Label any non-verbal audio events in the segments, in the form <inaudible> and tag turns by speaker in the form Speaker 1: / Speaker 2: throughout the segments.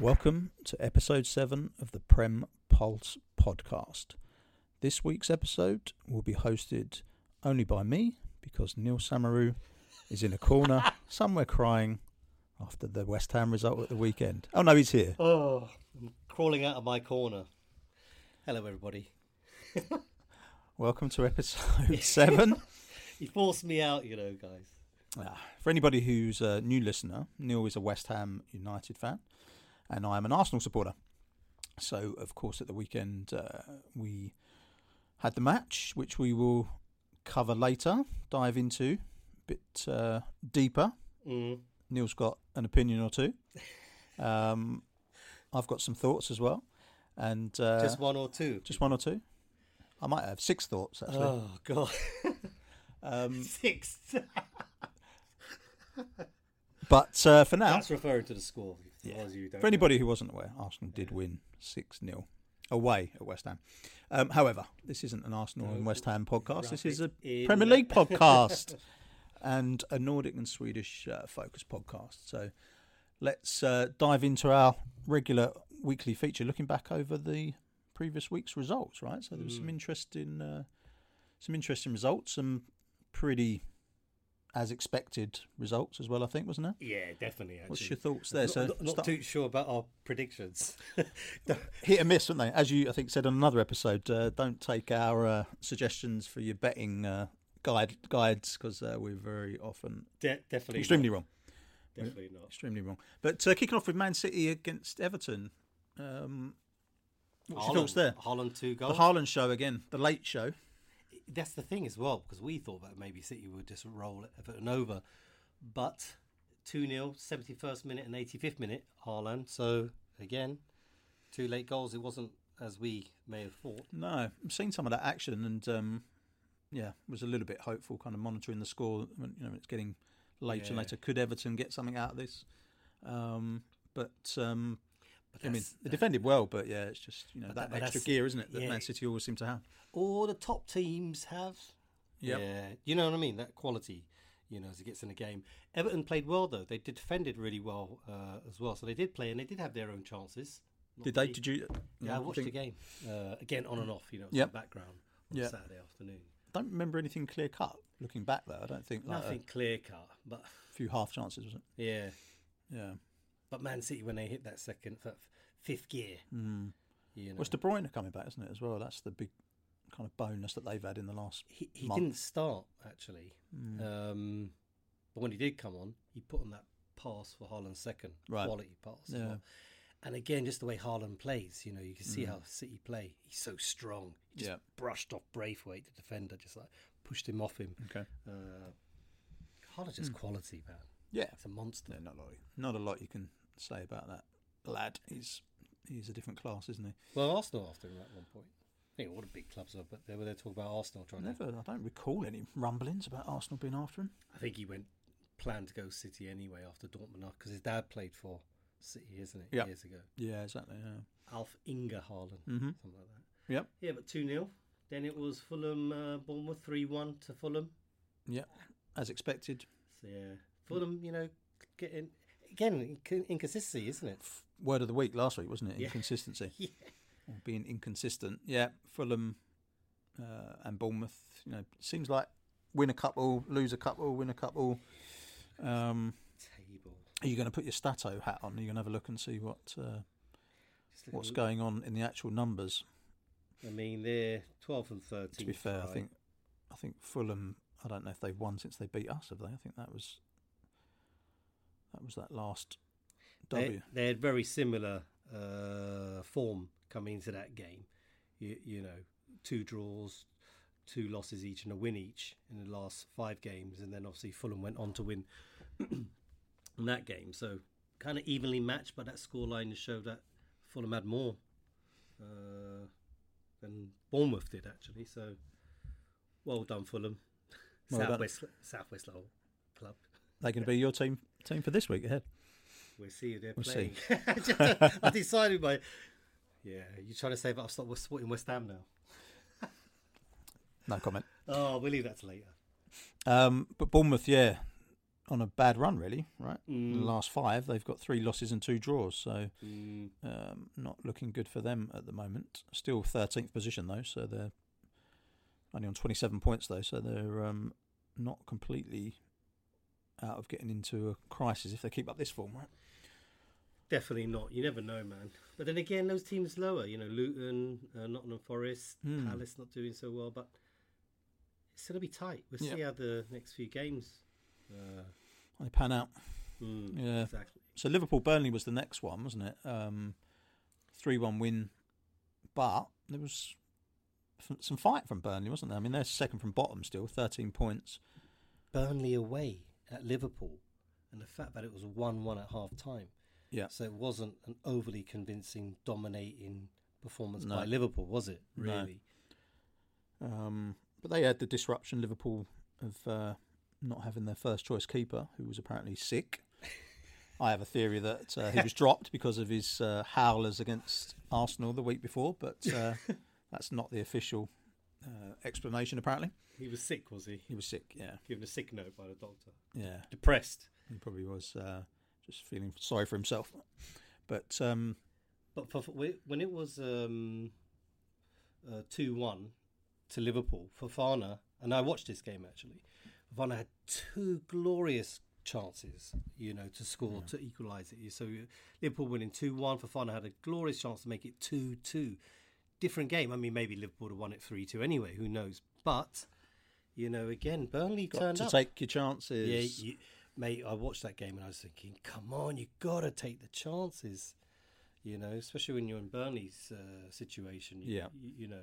Speaker 1: Welcome to episode 7 of the Prem Pulse podcast. This week's episode will be hosted only by me because Neil Samaru is in a corner somewhere crying after the West Ham result at the weekend. Oh no, he's here.
Speaker 2: Oh, I'm crawling out of my corner. Hello, everybody.
Speaker 1: Welcome to episode 7.
Speaker 2: You forced me out, you know, guys.
Speaker 1: Ah, for anybody who's a new listener, Neil is a West Ham United fan, and I am an Arsenal supporter. So, of course, at the weekend uh, we had the match, which we will cover later, dive into a bit uh, deeper.
Speaker 2: Mm.
Speaker 1: Neil's got an opinion or
Speaker 2: <laughs>
Speaker 1: two. Um, I've got some thoughts as well, and uh,
Speaker 2: Just
Speaker 1: just,
Speaker 2: one or two.
Speaker 1: one or two. I might have six thoughts Uh, actually.
Speaker 2: Oh God,
Speaker 1: Um,
Speaker 2: <laughs> six.
Speaker 1: but uh, for now,
Speaker 2: That's referring to the score. For those of you who don't
Speaker 1: For anybody who wasn't aware, Arsenal did win 6 0 away at West Ham. Um, however, this isn't an Arsenal and West Ham podcast. This is a
Speaker 2: in.
Speaker 1: Premier League
Speaker 2: <laughs>
Speaker 1: podcast and a Nordic and Swedish uh, focused podcast. So let's uh, dive into our regular weekly feature, looking back over the previous week's results, right? So there was
Speaker 2: Hmm.
Speaker 1: some interesting, uh, some interesting results, some pretty as expected results as well, I think, wasn't there?
Speaker 2: know. Yeah, definitely. Actually.
Speaker 1: What's your thoughts there?
Speaker 2: Not,
Speaker 1: so
Speaker 2: not, not
Speaker 1: start-
Speaker 2: too sure about our predictions. <laughs>
Speaker 1: hit and miss, aren't they? As you, I think, said on another episode, uh, don't take our uh, suggestions for your betting uh, guide guides because uh, we're very often
Speaker 2: De- definitely,
Speaker 1: extremely wrong,
Speaker 2: not. definitely not.
Speaker 1: extremely wrong. But uh, kicking off with Man City against Everton, um, what's your
Speaker 2: Haaland-
Speaker 1: thoughts there?
Speaker 2: Haaland two
Speaker 1: The
Speaker 2: goals.
Speaker 1: Haaland show again, the late show.
Speaker 2: That's the thing as well, because we thought that maybe City would just roll Everton over, but 2 0, 71st minute and 85th minute, Haaland. So again, two late goals. It wasn't as we may have thought.
Speaker 1: No, I've seen some of that action, and um, yeah, was a little bit hopeful, kind of monitoring the score. When, you know, it's getting later and
Speaker 2: Yeah.
Speaker 1: later. Could Everton get something out of this? Um, but um,
Speaker 2: But
Speaker 1: I mean,
Speaker 2: that's-
Speaker 1: they defended well, but yeah, it's just you know
Speaker 2: that-
Speaker 1: that,
Speaker 2: but
Speaker 1: extra
Speaker 2: that's-
Speaker 1: gear, isn't it? That
Speaker 2: yeah.
Speaker 1: Man City always seem to have.
Speaker 2: all the top teams have.
Speaker 1: Yep.
Speaker 2: Yeah, you know what I mean. That quality, you know, as it gets in the game. Everton played well though. They did- defended really well uh, as well. So they did play and they did have their own chances. Not
Speaker 1: Did they?
Speaker 2: me.
Speaker 1: Did you?
Speaker 2: Yeah, I
Speaker 1: I
Speaker 2: watched
Speaker 1: think-
Speaker 2: the game uh, again on and off. You know, it's
Speaker 1: Yep.
Speaker 2: in the background on
Speaker 1: Yeah.
Speaker 2: Saturday afternoon.
Speaker 1: Don't remember anything clear cut. Looking back, though, I don't think like uh,
Speaker 2: Nothing clear cut, but
Speaker 1: a few half chances, was it?
Speaker 2: yeah.
Speaker 1: Yeah.
Speaker 2: But Man City when they hit that second, that fifth gear,
Speaker 1: Mm.
Speaker 2: you know,
Speaker 1: Well, it's De Bruyne coming back, isn't it? As well, that's the big kind of bonus that they've had in the last.
Speaker 2: he, he
Speaker 1: month. Mm.
Speaker 2: didn't start actually. Um, but when he did come on, he put on that pass for Haaland's second
Speaker 1: Right.
Speaker 2: quality pass. as
Speaker 1: Yeah.
Speaker 2: well. And again, just the way Haaland plays, you know, you can see how City play. He's so strong. He just
Speaker 1: Mm. Yeah.
Speaker 2: brushed off Braithwaite, the defender, just like pushed him off him.
Speaker 1: Okay.
Speaker 2: Uh, Haaland's just quality, man.
Speaker 1: Yeah.
Speaker 2: He's a monster.
Speaker 1: Hmm. Yeah, not a lot. Not a lot you can say about that lad. He's he's a different class, isn't he?
Speaker 2: Well, Arsenal after him at one point. I think all the big clubs are, but they were there talking about Arsenal trying to.
Speaker 1: Never. I don't recall any rumblings about Arsenal being after him.
Speaker 2: I think he went planned to go City anyway after Dortmund because his dad played for City, isn't it?
Speaker 1: Yeah.
Speaker 2: Years ago.
Speaker 1: Yeah, exactly. Yeah.
Speaker 2: Alf Inga Haaland,
Speaker 1: Mm-hmm.
Speaker 2: something like that.
Speaker 1: Yep.
Speaker 2: Yeah, but 2 0. Then it was Fulham, uh, Bournemouth 3 1 to Fulham.
Speaker 1: Yep. As expected.
Speaker 2: So, yeah, Fulham, you know, getting. Again, inc- inconsistency, isn't it?
Speaker 1: word of the week last week, wasn't it?
Speaker 2: Yeah.
Speaker 1: Inconsistency.
Speaker 2: <laughs> Yeah.
Speaker 1: Or Being inconsistent. Yeah. Fulham uh, and Bournemouth, you know, seems like win a couple, lose a couple, win a couple. Um,
Speaker 2: Table.
Speaker 1: are you going to put your Stato hat on? Are you going to have a look and see what uh,
Speaker 2: Just look at
Speaker 1: what's
Speaker 2: the-
Speaker 1: going on in the actual numbers?
Speaker 2: I mean, they're 12 and 13.
Speaker 1: To be fair, I
Speaker 2: right?
Speaker 1: think I think Fulham. I don't know if they've won since they beat us. Have they? I think that was that was that last W.
Speaker 2: They, they had very similar uh, form coming into that game. You, you know, two draws, two losses each, and a win each in the last five games. And then obviously Fulham went on to win <clears throat> that game. So kind of evenly matched, but that scoreline showed that Fulham had more uh, than Bournemouth did actually. So well done, Fulham.
Speaker 1: Well done.
Speaker 2: Southwest Southwest Lowell club.
Speaker 1: They're going to be your team team for this week
Speaker 2: <laughs>
Speaker 1: ahead.
Speaker 2: We'll see who they're
Speaker 1: We'll see.
Speaker 2: playing. <laughs> Just- I decided by. Yeah, you're trying to say that I've stopped supporting West Ham now.
Speaker 1: No comment.
Speaker 2: Oh, we'll leave that to later.
Speaker 1: Um, but Bournemouth, yeah, on a bad run, really. Right, In
Speaker 2: Mm.
Speaker 1: the last five they've got three losses and two draws, so
Speaker 2: Mm.
Speaker 1: um, not looking good for them at the moment. Still thirteenth position though, so they're only on twenty-seven points though, so they're um, not completely out of getting into a crisis if they keep up this form, right?
Speaker 2: Definitely not. You never know, man. But then again, those teams lower. You know, Luton, uh, Nottingham Forest,
Speaker 1: Hmm.
Speaker 2: Palace not doing so well, but it's going to be tight. We'll see
Speaker 1: Yeah.
Speaker 2: how the next few games. Uh,
Speaker 1: They pan out.
Speaker 2: mm,
Speaker 1: Yeah.
Speaker 2: Exactly.
Speaker 1: So Liverpool Burnley was the next one, wasn't it? Um, three-one win, but there was f- some fight from Burnley, wasn't there? I mean, they're second from bottom still, thirteen points.
Speaker 2: Burnley away at Liverpool, and the fact that it was one-one at half time.
Speaker 1: Yeah.
Speaker 2: So it wasn't an overly convincing, dominating performance
Speaker 1: No.
Speaker 2: by Liverpool, was it?
Speaker 1: No.
Speaker 2: Really?
Speaker 1: Um, but they had the disruption. Liverpool of uh, not having their first choice keeper, who was apparently sick. I have a theory that uh, he was dropped because of his uh, howlers against Arsenal the week before, but uh, that's not the official uh, explanation. Apparently,
Speaker 2: He was sick, was he?
Speaker 1: he was sick. Yeah,
Speaker 2: Given a sick note by the doctor.
Speaker 1: yeah.
Speaker 2: Depressed.
Speaker 1: He probably was uh, just feeling sorry for himself. But um,
Speaker 2: But for, for when it was um, uh, two one to Liverpool, Fafana and I watched this game actually. Fafana had two glorious chances, you know, to score to equalise it. So Liverpool winning two one. Fafana had a glorious chance to make it two two. Different game. I mean, maybe Liverpool would have won it three two anyway. Who knows? But you know, again, Burnley
Speaker 1: got
Speaker 2: turned
Speaker 1: to
Speaker 2: up.
Speaker 1: take your chances.
Speaker 2: Yeah, you, mate, I watched that game and I was thinking, come on, you got to take the chances, you know, especially when you're in Burnley's uh, situation. You,
Speaker 1: Yeah.
Speaker 2: You, you know,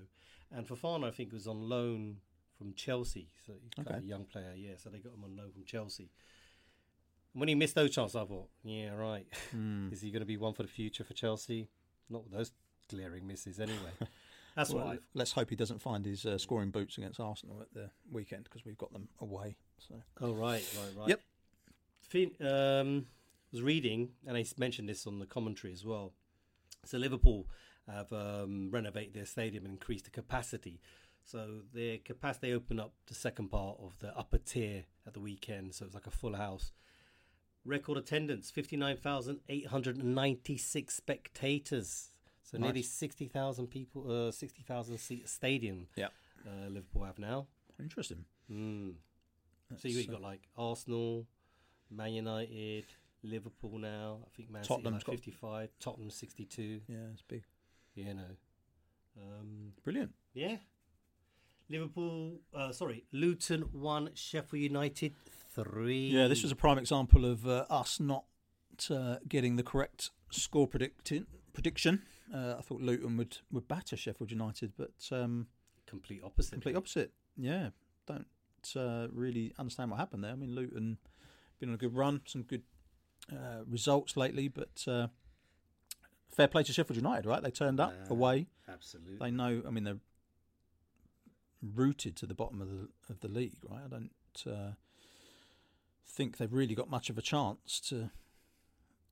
Speaker 2: and Fafana, I think, was on loan from Chelsea. So he's kind of
Speaker 1: Okay.
Speaker 2: a young player, yeah. So they got him on loan from Chelsea. And when he missed those chances, I thought, yeah, right.
Speaker 1: Hmm.
Speaker 2: Is he going to be one for the future for Chelsea? Not with those glaring
Speaker 1: <laughs>
Speaker 2: misses, anyway. That's
Speaker 1: Well,
Speaker 2: what I
Speaker 1: let's hope he doesn't find his uh, scoring boots against Arsenal at the weekend because we've got them away. So
Speaker 2: Oh right, right, right.
Speaker 1: Yep.
Speaker 2: Fin- um, was reading, and I s- mentioned this on the commentary as well. So Liverpool have um, renovated their stadium and increased the capacity. So their capacity they opened up the second part of the upper tier at the weekend. So it's like a full house. Record attendance: fifty nine thousand eight hundred and ninety six spectators. So nearly
Speaker 1: Nice.
Speaker 2: sixty thousand people, uh, sixty thousand seat stadium.
Speaker 1: Yep.
Speaker 2: uh, Liverpool have now.
Speaker 1: interesting.
Speaker 2: Mm. So
Speaker 1: That's,
Speaker 2: you
Speaker 1: uh,
Speaker 2: got like Arsenal, Man United, Liverpool now. I think Man Tottenham
Speaker 1: Tottenham's
Speaker 2: like
Speaker 1: got-
Speaker 2: 55, Tottenham 62.
Speaker 1: yeah, it's big,
Speaker 2: You know, um,
Speaker 1: brilliant.
Speaker 2: yeah. Liverpool, uh, sorry, Luton one, Sheffield United three.
Speaker 1: Yeah, this was a prime example of uh, us not uh, getting the correct score predicting prediction. Uh, I thought Luton would would batter Sheffield United, but um,
Speaker 2: complete opposite.
Speaker 1: complete opposite. Yeah, don't uh, really understand what happened there. I mean, Luton been on a good run, some good uh, results lately, but uh, fair play to Sheffield United, right? They turned up
Speaker 2: Yeah.
Speaker 1: away.
Speaker 2: Absolutely.
Speaker 1: They know. I mean, they're rooted to the bottom of the of the league, right? I don't uh, think they've really got much of a chance to.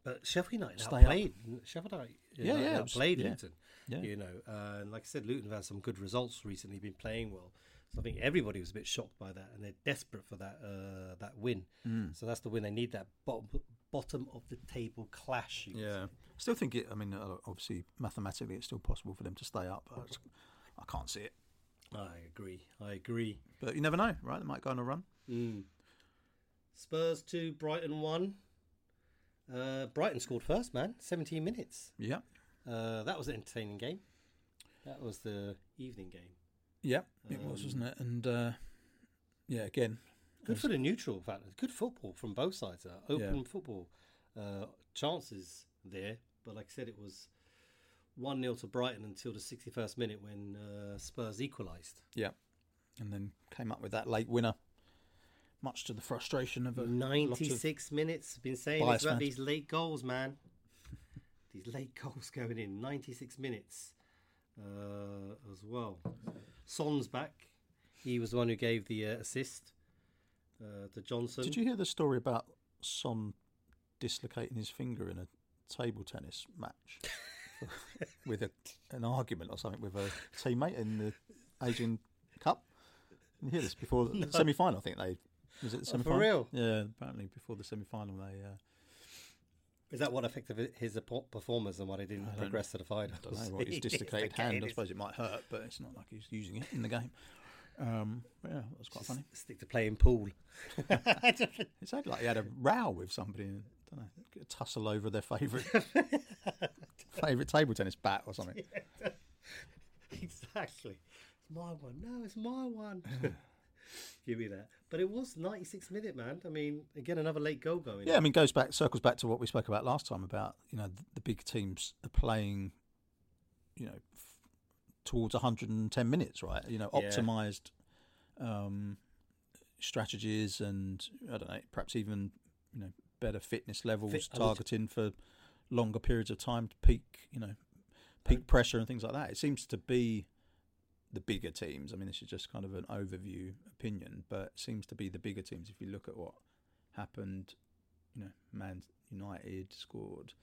Speaker 2: But Sheffield United
Speaker 1: Stay up.
Speaker 2: outplayed. Sheffield United
Speaker 1: Yeah, yeah,
Speaker 2: outplayed
Speaker 1: abs- yeah.
Speaker 2: Luton.
Speaker 1: Yeah,
Speaker 2: You know, uh, and like I said, Luton have had some good results recently, been playing well. So I think everybody was a bit shocked by that, and they're desperate for that uh, that win.
Speaker 1: Mm.
Speaker 2: So that's the win they need. That bottom bottom of the table clash. you would
Speaker 1: yeah. I still think it. I mean, uh, obviously, mathematically, it's still possible for them to stay up. But I, just- I can't see it,
Speaker 2: say. I agree. I agree.
Speaker 1: but you never know, right? They might go on a run.
Speaker 2: Mm. Spurs two, Brighton one. Uh, Brighton scored first, man. Seventeen minutes.
Speaker 1: Yeah,
Speaker 2: Uh, that was an entertaining game. That was the evening game.
Speaker 1: yeah. It was,
Speaker 2: Um,
Speaker 1: wasn't it? And uh, yeah, again,
Speaker 2: Good for the neutral fact. Good football from both sides. There. Open football uh, chances there. But like I said, it was 1 0 to Brighton until the 61st minute when uh, Spurs equalised.
Speaker 1: yeah. And then came up with that late winner, much to the frustration Mm. of a lot
Speaker 2: Mm-hmm.
Speaker 1: of-
Speaker 2: 96 minutes. Been saying
Speaker 1: biased
Speaker 2: it's about
Speaker 1: fans.
Speaker 2: these late goals, man. <laughs> these late goals going in. 96 minutes uh, as well. Son's back. He was the one who gave the uh, assist uh, to Johnson.
Speaker 1: Did you hear the story about Son dislocating his finger in a table tennis match
Speaker 2: <laughs>
Speaker 1: with a, an argument or something with a
Speaker 2: <laughs>
Speaker 1: teammate in the Asian Cup? Did you hear this before the semi final? I think they Was it the
Speaker 2: Oh,
Speaker 1: semi
Speaker 2: for real?
Speaker 1: Yeah, apparently before the semi final, they. Uh,
Speaker 2: Is that what affected his apo- performance and why he didn't
Speaker 1: don't
Speaker 2: progress to the final?
Speaker 1: I don't know
Speaker 2: <laughs>
Speaker 1: what his dislocated hand. I suppose it might hurt, but it's not like he's using it in the game. Um, but yeah, that was quite funny.
Speaker 2: Stick to playing pool. <laughs>
Speaker 1: It sounded like he had a row with somebody. And, don't know, a tussle over their favourite favourite table tennis bat or something.
Speaker 2: exactly. It's my one. No, it's my
Speaker 1: <laughs>
Speaker 2: one. Give me that. But it was 96 minute, man. I mean, again, another late goal going.
Speaker 1: Yeah, I mean, goes back, circles back to what we spoke about last time about you know the, the big teams are playing, you know, f- towards 110 minutes, right? You know,
Speaker 2: Yeah.
Speaker 1: optimized um, strategies and I don't know, perhaps even you know better fitness levels,
Speaker 2: I was-
Speaker 1: targeting for longer periods of time to peak, you know, peak pressure and things like that. It seems to be the bigger teams. I mean, this is just kind of an overview opinion, but it seems to be the bigger teams. If you look at what happened, you know, Man United scored.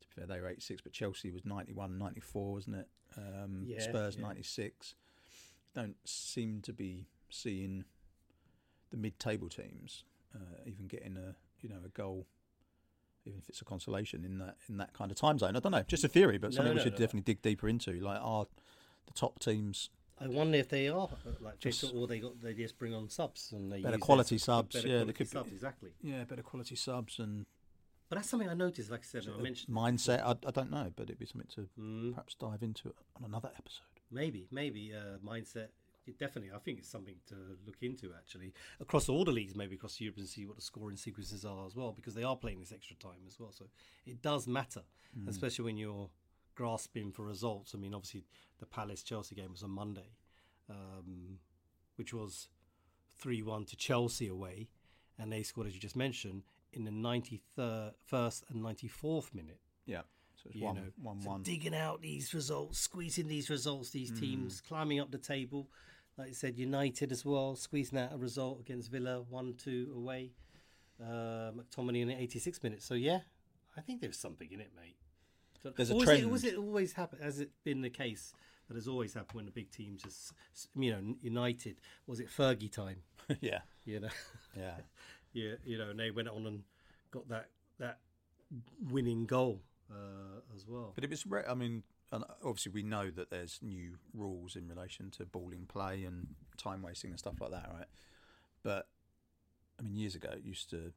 Speaker 1: To be fair, they were 86, but Chelsea was 91, 94, wasn't it? Um,
Speaker 2: Yeah,
Speaker 1: Spurs
Speaker 2: yeah.
Speaker 1: 96. Don't seem to be seeing the mid-table teams uh, even getting a you know a goal, even if it's a consolation in that in that kind of time zone. I don't know, just a theory, but
Speaker 2: No,
Speaker 1: something we
Speaker 2: no,
Speaker 1: should
Speaker 2: no.
Speaker 1: definitely dig deeper into. Like, are the top teams
Speaker 2: I wonder if they are uh, like
Speaker 1: Just-
Speaker 2: just, or they got they just bring on subs and they
Speaker 1: Better
Speaker 2: use their
Speaker 1: quality
Speaker 2: subs-
Speaker 1: subs, yeah, they
Speaker 2: better quality
Speaker 1: could be-
Speaker 2: subs exactly.
Speaker 1: yeah better quality subs and
Speaker 2: But that's something I noticed. Like I said, I
Speaker 1: a
Speaker 2: mentioned
Speaker 1: mindset? I, I don't know, but it'd be something to
Speaker 2: Mm.
Speaker 1: perhaps dive into on another episode.
Speaker 2: Maybe, maybe uh, mindset. It definitely, I think it's something to look into actually across all the leagues, maybe across Europe, and see what the scoring sequences are as well, because they are playing this extra time as well. So it does matter, especially when you're grasping for results. I mean, obviously, the Palace Chelsea game was on Monday, um, which was three-one to Chelsea away, and they scored, as you just mentioned, in the ninety-first and ninety-fourth minute
Speaker 1: Yeah, so it's
Speaker 2: you
Speaker 1: one
Speaker 2: know,
Speaker 1: one
Speaker 2: so
Speaker 1: one. <laughs>
Speaker 2: digging out these results, squeezing these results, these teams climbing up the table. Like I said, United as well, squeezing out a result against Villa, one two away. Uh, McTominay in the 86 minutes. So yeah, I think there's something in it, mate. So-
Speaker 1: There's a
Speaker 2: or is It,
Speaker 1: trend.
Speaker 2: was it always happen? Has it been the case that has always happened when the big teams just, s- you know, United? Was it Fergie time?
Speaker 1: yeah,
Speaker 2: You know.
Speaker 1: yeah,
Speaker 2: <laughs> yeah, you know, and they went on and got that that winning goal uh, as well.
Speaker 1: but it was. Re- I mean, and obviously we know that there's new rules in relation to ball in play and time wasting and stuff like that, right? But I mean, years ago it used to.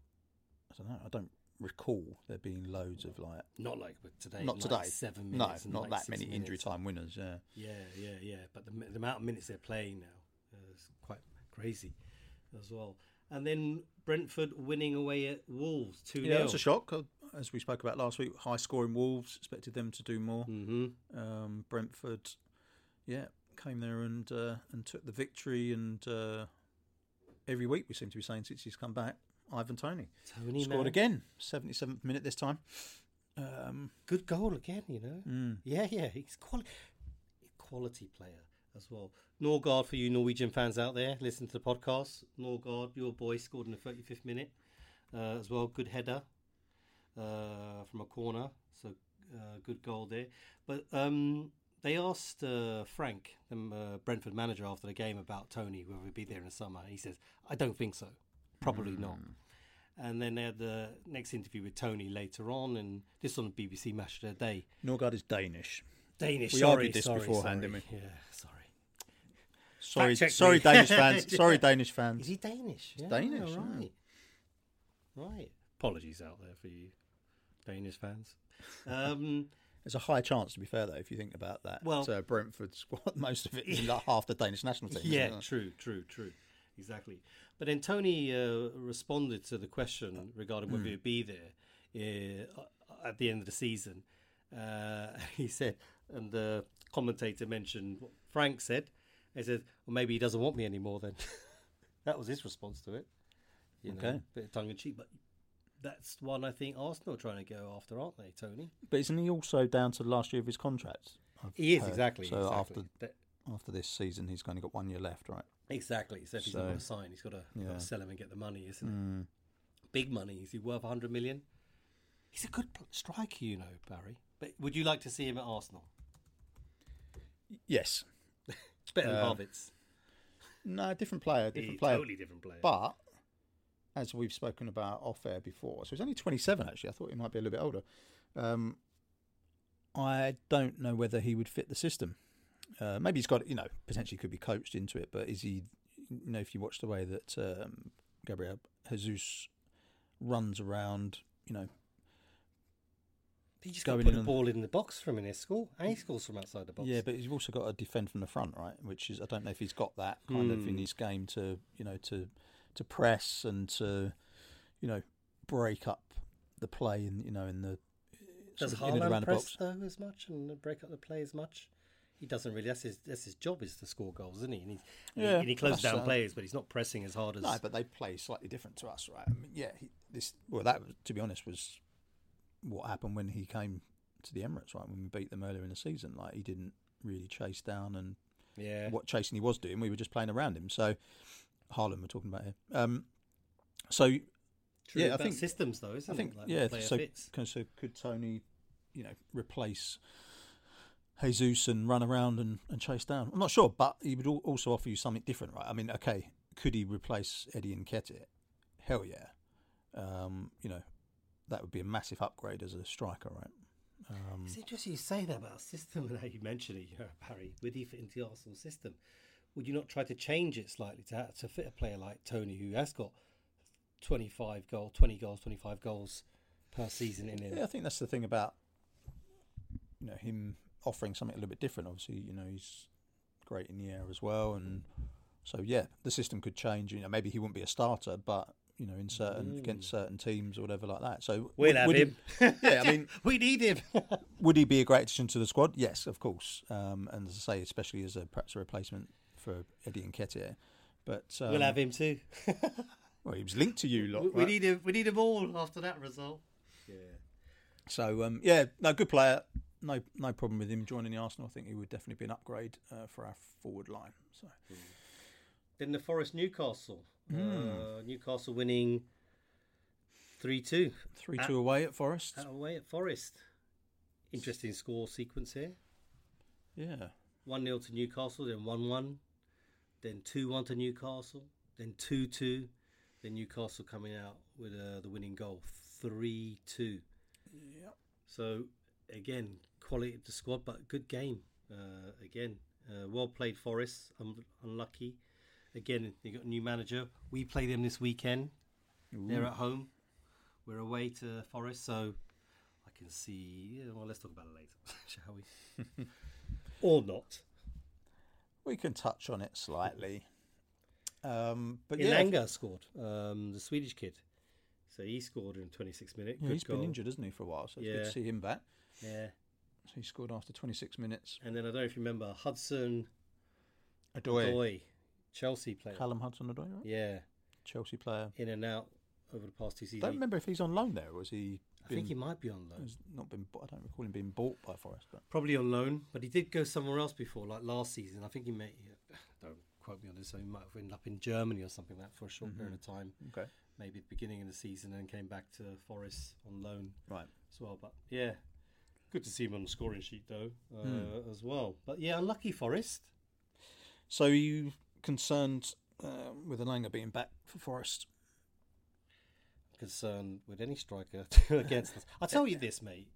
Speaker 1: I don't know. I don't recall there being loads of like.
Speaker 2: Not like with today.
Speaker 1: Not
Speaker 2: like
Speaker 1: today.
Speaker 2: Seven
Speaker 1: no,
Speaker 2: minutes. and
Speaker 1: not
Speaker 2: like
Speaker 1: that
Speaker 2: six
Speaker 1: many injury
Speaker 2: minutes.
Speaker 1: time winners. Yeah.
Speaker 2: Yeah, yeah, yeah. But the, mi- the amount of minutes they're playing now uh, is quite crazy, as well. And then Brentford winning away at Wolves two 0
Speaker 1: Yeah, it was a shock. uh, As we spoke about last week, high scoring Wolves expected them to do more.
Speaker 2: Mm-hmm.
Speaker 1: Um, Brentford, yeah, came there and uh, and took the victory. And uh, every week we seem to be saying since he's come back, Ivan Tony
Speaker 2: Tony
Speaker 1: scored
Speaker 2: man.
Speaker 1: again, seventy seventh minute this time. Um,
Speaker 2: Good goal again. You know.
Speaker 1: mm,
Speaker 2: Yeah, yeah. He's quali- quality player as well. Norgard for you Norwegian fans out there, listen to the podcast. Norgard, your boy scored in the 35th minute uh, as well. Good header uh, from a corner, so uh, good goal there. But um, they asked uh, Frank, the uh, Brentford manager, after the game about Tony whether he'd be there in the summer. He says, "I don't think so. Probably not." And then they had the next interview with Tony later on, and this on BBC Match of the Day.
Speaker 1: Norgard is Danish.
Speaker 2: Danish.
Speaker 1: We
Speaker 2: sorry,
Speaker 1: argued this
Speaker 2: sorry,
Speaker 1: beforehand,
Speaker 2: sorry.
Speaker 1: didn't
Speaker 2: Yeah, sorry.
Speaker 1: Sorry,
Speaker 2: check
Speaker 1: sorry,
Speaker 2: me. <laughs>
Speaker 1: Danish fans. Sorry, Danish
Speaker 2: Is
Speaker 1: fans.
Speaker 2: he Hmm. Danish? Yeah,
Speaker 1: Danish, yeah.
Speaker 2: right? Right. Apologies out there for you, Danish fans. Um,
Speaker 1: There's a high chance, to be fair, though, if you think about that.
Speaker 2: Well-
Speaker 1: uh, Brentford squad, <laughs> most of it is like half the Danish national team. isn't
Speaker 2: yeah,
Speaker 1: it?
Speaker 2: true, true, true. Exactly. But then Tony uh, responded to the question regarding
Speaker 1: Hmm.
Speaker 2: whether he'd be there uh, at the end of the season. Uh, <laughs> he said, and the commentator mentioned what Frank said. He said, well, maybe he doesn't want me anymore then. <laughs> that was his response to it. You know,
Speaker 1: Okay.
Speaker 2: bit of tongue in cheek. But that's one I think Arsenal are trying to go after, aren't they, Tony?
Speaker 1: But isn't he also down to the last year of his contract? I've
Speaker 2: He is,
Speaker 1: heard.
Speaker 2: exactly.
Speaker 1: Uh, So
Speaker 2: exactly.
Speaker 1: after
Speaker 2: That-
Speaker 1: after this season, he's only got one year left, right?
Speaker 2: Exactly. So if he's not
Speaker 1: So-
Speaker 2: going to sign, he's got to
Speaker 1: Yeah. Mm.
Speaker 2: sell him and get the money, isn't it? Big money. Is he worth 100 million? He's a good pl- striker, you know, Barry. But would you like to see him at Arsenal?
Speaker 1: Yes.
Speaker 2: Better than
Speaker 1: Um,
Speaker 2: Harvitz.
Speaker 1: No, different player, different
Speaker 2: He's
Speaker 1: player.
Speaker 2: Totally different player.
Speaker 1: But as we've spoken about off air before, so he's only 27 actually. I thought he might be a little bit older. Um, I don't know whether he would fit the system. Uh, maybe he's got, you know, potentially could be coached into it, but is he, you know, if you watch the way that um, Gabriel Jesus runs around, you know,
Speaker 2: He just
Speaker 1: Going
Speaker 2: got put
Speaker 1: in
Speaker 2: a
Speaker 1: on-
Speaker 2: ball in the box from in his school, and he scores from outside the box.
Speaker 1: yeah, but he's also got to defend from the front, right? Which is, I don't know if he's got that kind of in
Speaker 2: Hmm.
Speaker 1: his game to, you know, to to press and to, you know, break up the play in, you know, in the
Speaker 2: Does
Speaker 1: sort of in and around
Speaker 2: Haaland
Speaker 1: the
Speaker 2: press
Speaker 1: box.
Speaker 2: though as much and break up the play as much? He doesn't really. That's his. That's his job is to score goals, isn't he? And he, and he-
Speaker 1: Yeah,
Speaker 2: and he closes
Speaker 1: that's,
Speaker 2: down
Speaker 1: uh,
Speaker 2: players, but he's not pressing as hard as.
Speaker 1: No, but they play slightly different to us, right? I mean, yeah, he, this well, that was- to be honest was what happened when he came to the Emirates, right? When we beat them earlier in the season, like he didn't really chase down, and
Speaker 2: yeah.
Speaker 1: what chasing he was doing, we were just playing around him. So Harlan, we're talking about here. Um, so
Speaker 2: True
Speaker 1: yeah, I
Speaker 2: about
Speaker 1: think-
Speaker 2: systems though, isn't
Speaker 1: I think
Speaker 2: it? Like,
Speaker 1: yeah.
Speaker 2: what player
Speaker 1: So,
Speaker 2: fits.
Speaker 1: can, so could Tony, you know, replace Jesus and run around and, and chase down? I'm not sure, but he would al- also offer you something different, right? I mean, okay, could he replace Eddie and Kettit? Hell yeah. Um, you know, that would be a massive upgrade as a striker, right? Um,
Speaker 2: It's interesting you say that about system <laughs> and how you mention it, you know, Barry. Would he fit into the Arsenal system? Would you not try to change it slightly to, to fit a player like Tony, who has got 25 goal, 20 goals, 25 goals per season in him?
Speaker 1: yeah, I think that's the thing about you know him offering something a little bit different. Obviously, you know he's great in the air as well, and so yeah, the system could change. You know, maybe he wouldn't be a starter, but you know, in certain against certain teams or whatever like that. So
Speaker 2: We'll
Speaker 1: would-
Speaker 2: Mm. have
Speaker 1: would he-
Speaker 2: him.
Speaker 1: <laughs> yeah,
Speaker 2: <laughs>
Speaker 1: I mean,
Speaker 2: we need him.
Speaker 1: would he be a great addition to the squad? Yes, of course. Um, and as I say, especially as a perhaps a replacement for Eddie and Nketiah. But um,
Speaker 2: we'll have him too.
Speaker 1: Well, he was linked to you lot.
Speaker 2: We- We
Speaker 1: right?
Speaker 2: need him. We need him all after that result.
Speaker 1: So um, yeah, no, good player. No, no problem with him joining the Arsenal. I think he would definitely be an upgrade uh, for our forward line. So
Speaker 2: Then the Forest Newcastle.
Speaker 1: Mm.
Speaker 2: Uh, Newcastle winning 3 2
Speaker 1: three two
Speaker 2: Uh,
Speaker 1: away at Forest.
Speaker 2: away at Forest. Interesting score sequence here.
Speaker 1: Yeah,
Speaker 2: 1 0 to Newcastle, then 1 1, then 2 1 to Newcastle, then 2 2, then Newcastle coming out with uh, the winning goal 3 2.
Speaker 1: Yep.
Speaker 2: So, again, quality of the squad, but good game. Uh, again, uh, well played, Forest. Un- unlucky. Again, they got a new manager. We play them this weekend.
Speaker 1: Mm.
Speaker 2: They're at home. We're away to Forest, so I can see. Yeah, well, let's talk about it later, <laughs> shall we? or not.
Speaker 1: we can touch on it slightly. Um, but yeah,
Speaker 2: Ilanga scored, um, the Swedish kid. So he scored in 26 minutes.
Speaker 1: yeah,
Speaker 2: good
Speaker 1: he's been
Speaker 2: goal.
Speaker 1: injured, hasn't he, for a while? So it's good
Speaker 2: Yeah.
Speaker 1: to see him back.
Speaker 2: Yeah.
Speaker 1: So he scored after 26 minutes.
Speaker 2: And then I don't know if you remember Hudson
Speaker 1: Adoy,
Speaker 2: Boy, Chelsea player.
Speaker 1: Callum Hudson Adoy, right?
Speaker 2: Yeah.
Speaker 1: Chelsea player.
Speaker 2: In and out over the past two seasons.
Speaker 1: Don't remember if he's on loan there or was he.
Speaker 2: I
Speaker 1: Been,
Speaker 2: think he might be on loan.
Speaker 1: has not been. bought- I don't recall him being bought by Forest, but
Speaker 2: Probably on loan, but he did go somewhere else before, like last season. I think he may. <laughs> Don't quote me on this. So he might have ended up in Germany or something like that for a
Speaker 1: Mm-hmm.
Speaker 2: short period of time,
Speaker 1: okay,
Speaker 2: maybe at the beginning of the season, and came back to Forest on loan.
Speaker 1: right.
Speaker 2: as well. But yeah, good to see him on the scoring sheet though uh, as well. But yeah, unlucky Forest.
Speaker 1: So are you concerned uh, with Elanga being back for Forest?
Speaker 2: Concerned with any striker <laughs> against us. I tell you this, mate,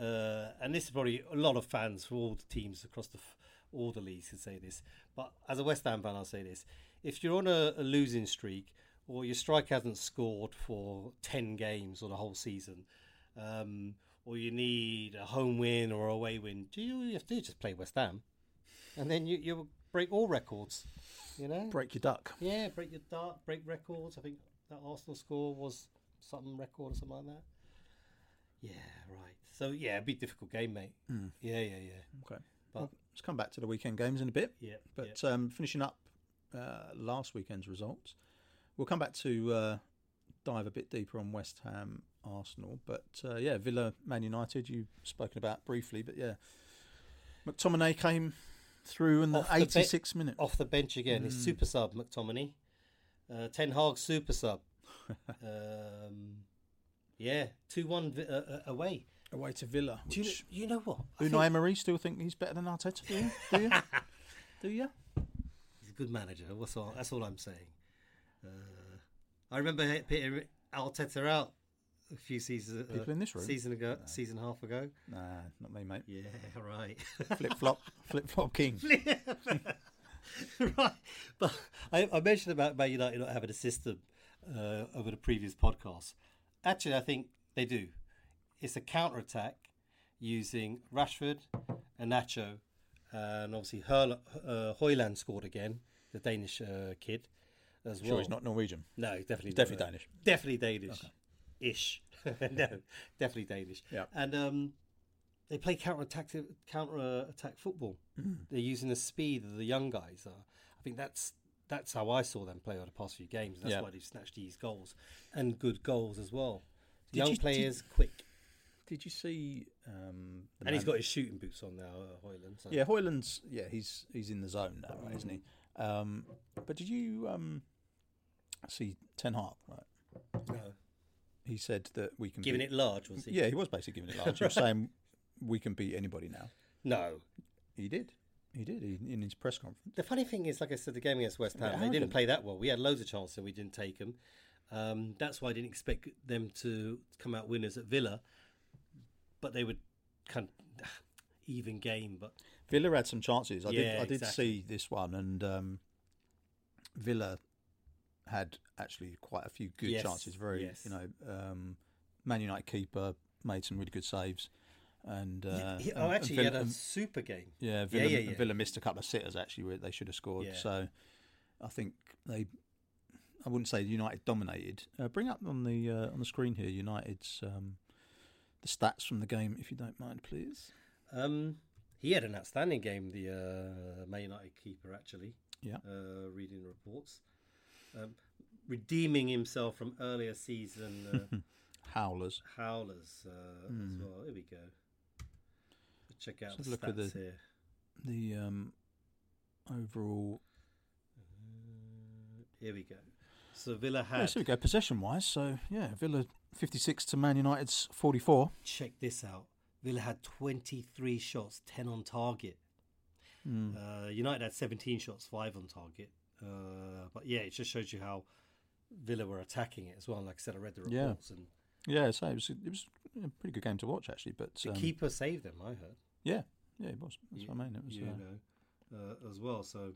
Speaker 2: uh, and this is probably a lot of fans for all the teams across the f- all the leagues can say this. But as a West Ham fan, I'll say this: if you're on a, a losing streak or your striker hasn't scored for ten games or the whole season. Um, or you need a home win or a away win. Do you, you have to do is just play West Ham? and then you you break all records. You know,
Speaker 1: Break your duck.
Speaker 2: yeah, break your dart, break records. I think that Arsenal score was something record or something like that. Yeah, right. So yeah, it'd be a difficult game, mate.
Speaker 1: Mm.
Speaker 2: Yeah, yeah, yeah,
Speaker 1: Okay.
Speaker 2: But-
Speaker 1: Well, let's come back to the weekend games in a bit.
Speaker 2: yeah.
Speaker 1: But um, finishing up uh, last weekend's results, we'll come back to uh, dive a bit deeper on West Ham, Arsenal. But uh, yeah, Villa, Man United, you've spoken about briefly. But yeah, McTominay came through in the
Speaker 2: Off the be-
Speaker 1: 86th minute.
Speaker 2: off the bench again. It's
Speaker 1: Mm.
Speaker 2: super sub McTominay, uh, Ten Hag
Speaker 1: <laughs>
Speaker 2: super sub. um, yeah, two one uh, uh, away.
Speaker 1: Away to Villa.
Speaker 2: Do you,
Speaker 1: Which,
Speaker 2: you know what? I
Speaker 1: Unai Emery still think he's better than Arteta? Do you? Do
Speaker 2: <laughs>
Speaker 1: you? do you?
Speaker 2: He's a good manager. That's all. That's all I'm saying. Uh, I remember Peter Arteta out a few seasons. uh,
Speaker 1: People in this room?
Speaker 2: season ago, season and a half ago.
Speaker 1: Nah, not me, mate.
Speaker 2: Yeah,
Speaker 1: <laughs>
Speaker 2: right.
Speaker 1: Flip flop, flip flop king.
Speaker 2: <laughs> right. But I, I mentioned about Man United not having a system uh, over the previous podcast. Actually, I think they do. It's a counter attack using Rashford and Nacho, and obviously Herl- uh, Hoyland scored again, the Danish uh, kid as well.
Speaker 1: Sure, he's not Norwegian.
Speaker 2: No, he's definitely
Speaker 1: He's definitely
Speaker 2: not. uh,
Speaker 1: Danish.
Speaker 2: Definitely Danish, ish. <laughs> no, definitely Danish.
Speaker 1: Yeah.
Speaker 2: And um, they play counter attack counter attack football. They're using the speed that the young guys are. I think that's that's how I saw them play over the past few games. That's
Speaker 1: Yeah.
Speaker 2: why they've snatched these goals and good goals as well.
Speaker 1: Did
Speaker 2: young
Speaker 1: you- did-
Speaker 2: players, quick,
Speaker 1: Did you see? Um, the
Speaker 2: and he's
Speaker 1: man-
Speaker 2: got his shooting boots on now, uh, Hoyland. So.
Speaker 1: Yeah, Hoyland's. Yeah, he's he's in the zone now, right, isn't he? Um, but did you um, see Ten Hag? Right,
Speaker 2: No.
Speaker 1: he said that we can
Speaker 2: giving
Speaker 1: beat,
Speaker 2: it large was he?
Speaker 1: Yeah, he was basically giving it large. He
Speaker 2: <laughs>
Speaker 1: was saying we can beat anybody now.
Speaker 2: No.
Speaker 1: He did. He did he, in his press conference.
Speaker 2: The funny thing is, like I said, the game against West
Speaker 1: bit
Speaker 2: Ham, they didn't
Speaker 1: arrogant.
Speaker 2: play that well. We had loads of chances and we didn't take them. Um, that's why I didn't expect them to come out winners at Villa, but they were kind of <sighs> even game. But
Speaker 1: Villa had some chances. I did.
Speaker 2: Yeah,
Speaker 1: I did
Speaker 2: exactly.
Speaker 1: see this one, and um, Villa had actually quite a few good
Speaker 2: Yes,
Speaker 1: chances. Very,
Speaker 2: yes.
Speaker 1: you know, um, Man United keeper made some really good saves, and uh,
Speaker 2: He-
Speaker 1: and-
Speaker 2: oh,
Speaker 1: and
Speaker 2: actually, he
Speaker 1: Villa-
Speaker 2: had a
Speaker 1: and-
Speaker 2: super game.
Speaker 1: Yeah, Villa,
Speaker 2: yeah,
Speaker 1: and
Speaker 2: yeah.
Speaker 1: Villa missed a couple of sitters actually where they should have scored.
Speaker 2: Yeah.
Speaker 1: So I think they, I wouldn't say United dominated. Uh, bring up on the uh, on the screen here United's um, the stats from the game, if you don't mind, please.
Speaker 2: Um, he had an outstanding game, the uh, Man United keeper, actually.
Speaker 1: Yeah.
Speaker 2: Uh, reading reports. Um, redeeming himself from earlier season uh,
Speaker 1: Howlers.
Speaker 2: howlers uh, as well. Here we go. Let's check out
Speaker 1: Hmm. Let's
Speaker 2: the
Speaker 1: have a
Speaker 2: stats
Speaker 1: look at the-
Speaker 2: here.
Speaker 1: The um, overall.
Speaker 2: Uh, Here we go. So Villa
Speaker 1: Yeah,
Speaker 2: had.
Speaker 1: so Oh, we go possession wise. So yeah, Villa fifty six to Man United's forty four.
Speaker 2: check this out. Villa had 23 shots, 10 on target.
Speaker 1: Hmm. Mm.
Speaker 2: Uh, United had 17 shots, 5 on target. Uh, but yeah, it just shows you how Villa were attacking it as well. Like I said, I read the
Speaker 1: Yeah.
Speaker 2: reports and
Speaker 1: Yeah, so it was it was a pretty good game to watch actually. But
Speaker 2: the
Speaker 1: um,
Speaker 2: keeper saved them, I heard.
Speaker 1: yeah, yeah, it was. That's what I mean. It was
Speaker 2: You
Speaker 1: uh,
Speaker 2: know, uh, as well. So